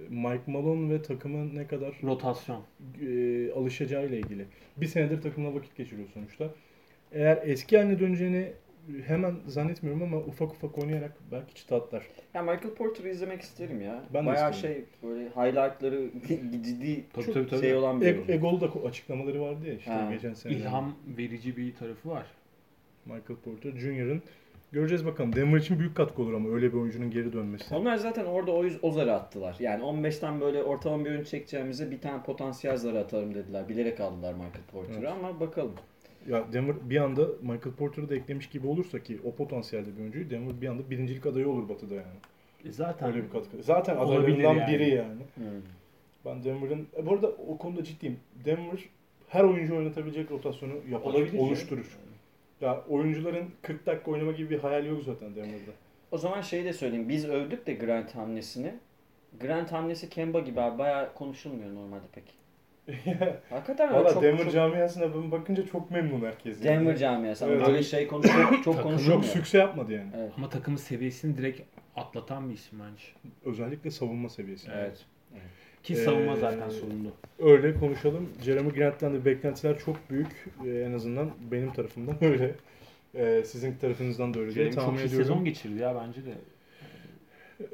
Mike Malone ve takımın ne kadar Rotasyon. e, alışacağıyla ilgili. Bir senedir takımla vakit geçiriyor sonuçta. Eğer eski haline döneceğini hemen zannetmiyorum ama ufak ufak oynayarak belki çıta atlar. Ya Michael Porter'ı izlemek isterim ya. Ben de Bayağı isterim. şey böyle highlightları <laughs> ciddi Tabii, çok tabii, tabii. şey olan bir E- oyuncu. Egol da ko- açıklamaları vardı ya işte Ha. geçen sene. İlham verici bir tarafı var. Michael Porter Jr.'ın. Göreceğiz bakalım. Denver için büyük katkı olur ama öyle bir oyuncunun geri dönmesi. Onlar zaten orada o yüz o zarı attılar. Yani 15'ten böyle ortalama bir oyun çekeceğimize bir tane potansiyel zarı atalım dediler. Bilerek aldılar Michael Porter'ı Evet. ama bakalım. Ya Denver bir anda Michael Porter'ı da eklemiş gibi olursa ki o potansiyelde bir oyuncuyu Denver bir anda birincilik adayı olur Batı'da yani. E zaten Öyle bir katkı. Zaten Olabilir adaylarından yani. biri yani. Hmm. Ben Denver'ın e, bu arada o konuda ciddiyim. Denver her oyuncu oynatabilecek rotasyonu yapar, Olabilir canım. oluşturur. Ya oyuncuların 40 dakika oynama gibi bir hayal yok <laughs> zaten Denver'da. O zaman şeyi de söyleyeyim. Biz övdük de Grant hamlesini. Grant hamlesi Kemba gibi abi. Bayağı konuşulmuyor normalde pek. Hakikaten o Valla çok, Denver çok camiasına ben bakınca çok memnun herkes. yani. Denver camiası. Ama Evet. Böyle şey konuşuyor, çok Çok konuşulmuyor. sükse yapmadı yani. Evet. ama takımın seviyesini direkt atlatan bir isim bence. Özellikle savunma seviyesi. Evet. Ki Ee, savunma zaten sorunlu. Öyle konuşalım. Jeremy Grant'ten de beklentiler çok büyük. Ee, en azından benim tarafımdan <laughs> öyle. Ee, sizin tarafınızdan da öyle diye Jeremy tahmin çok iyi ediyorum. sezon geçirdi ya bence de.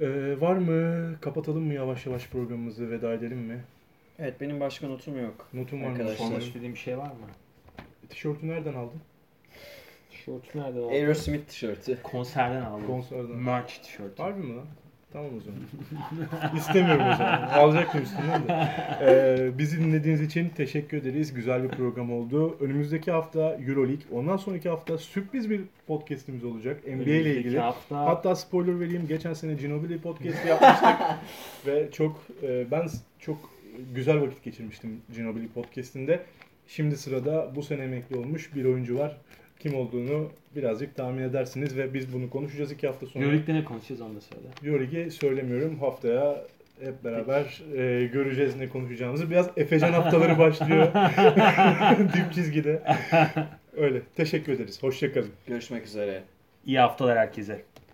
Ee, var mı? Kapatalım mı yavaş yavaş programımızı? Veda edelim mi? Evet benim başka notum yok. Notum var mı? Arkadaşlar. Sormak Senin? istediğim bir şey var mı? Tişörtü nereden aldın? Tişörtü nereden aldın? Aerosmith tişörtü. Konserden aldım. Konserden. Merch tişörtü. Harbi mi lan? Tamam o zaman. <laughs> İstemiyorum o zaman. Alacaktım üstünden de. Ee, bizi dinlediğiniz için teşekkür ederiz. Güzel bir program oldu. Önümüzdeki hafta Euroleague. Ondan sonraki hafta sürpriz bir podcastimiz olacak. NBA ile Önümüzdeki ilgili. Hafta... Hatta spoiler vereyim. Geçen sene Ginobili podcast yapmıştık. Ve çok e, ben s- çok güzel vakit geçirmiştim Ginobili podcastinde. Şimdi sırada bu sene emekli olmuş bir oyuncu var. Kim olduğunu birazcık tahmin edersiniz ve biz bunu konuşacağız iki hafta sonra. Euroleague'de ne konuşacağız onu da söyle. Yorigi söylemiyorum. Haftaya hep beraber e, göreceğiz ne konuşacağımızı. Biraz Efecan haftaları başlıyor. <laughs> Dip çizgide. Öyle. Teşekkür ederiz. Hoşçakalın. Görüşmek üzere. İyi haftalar herkese.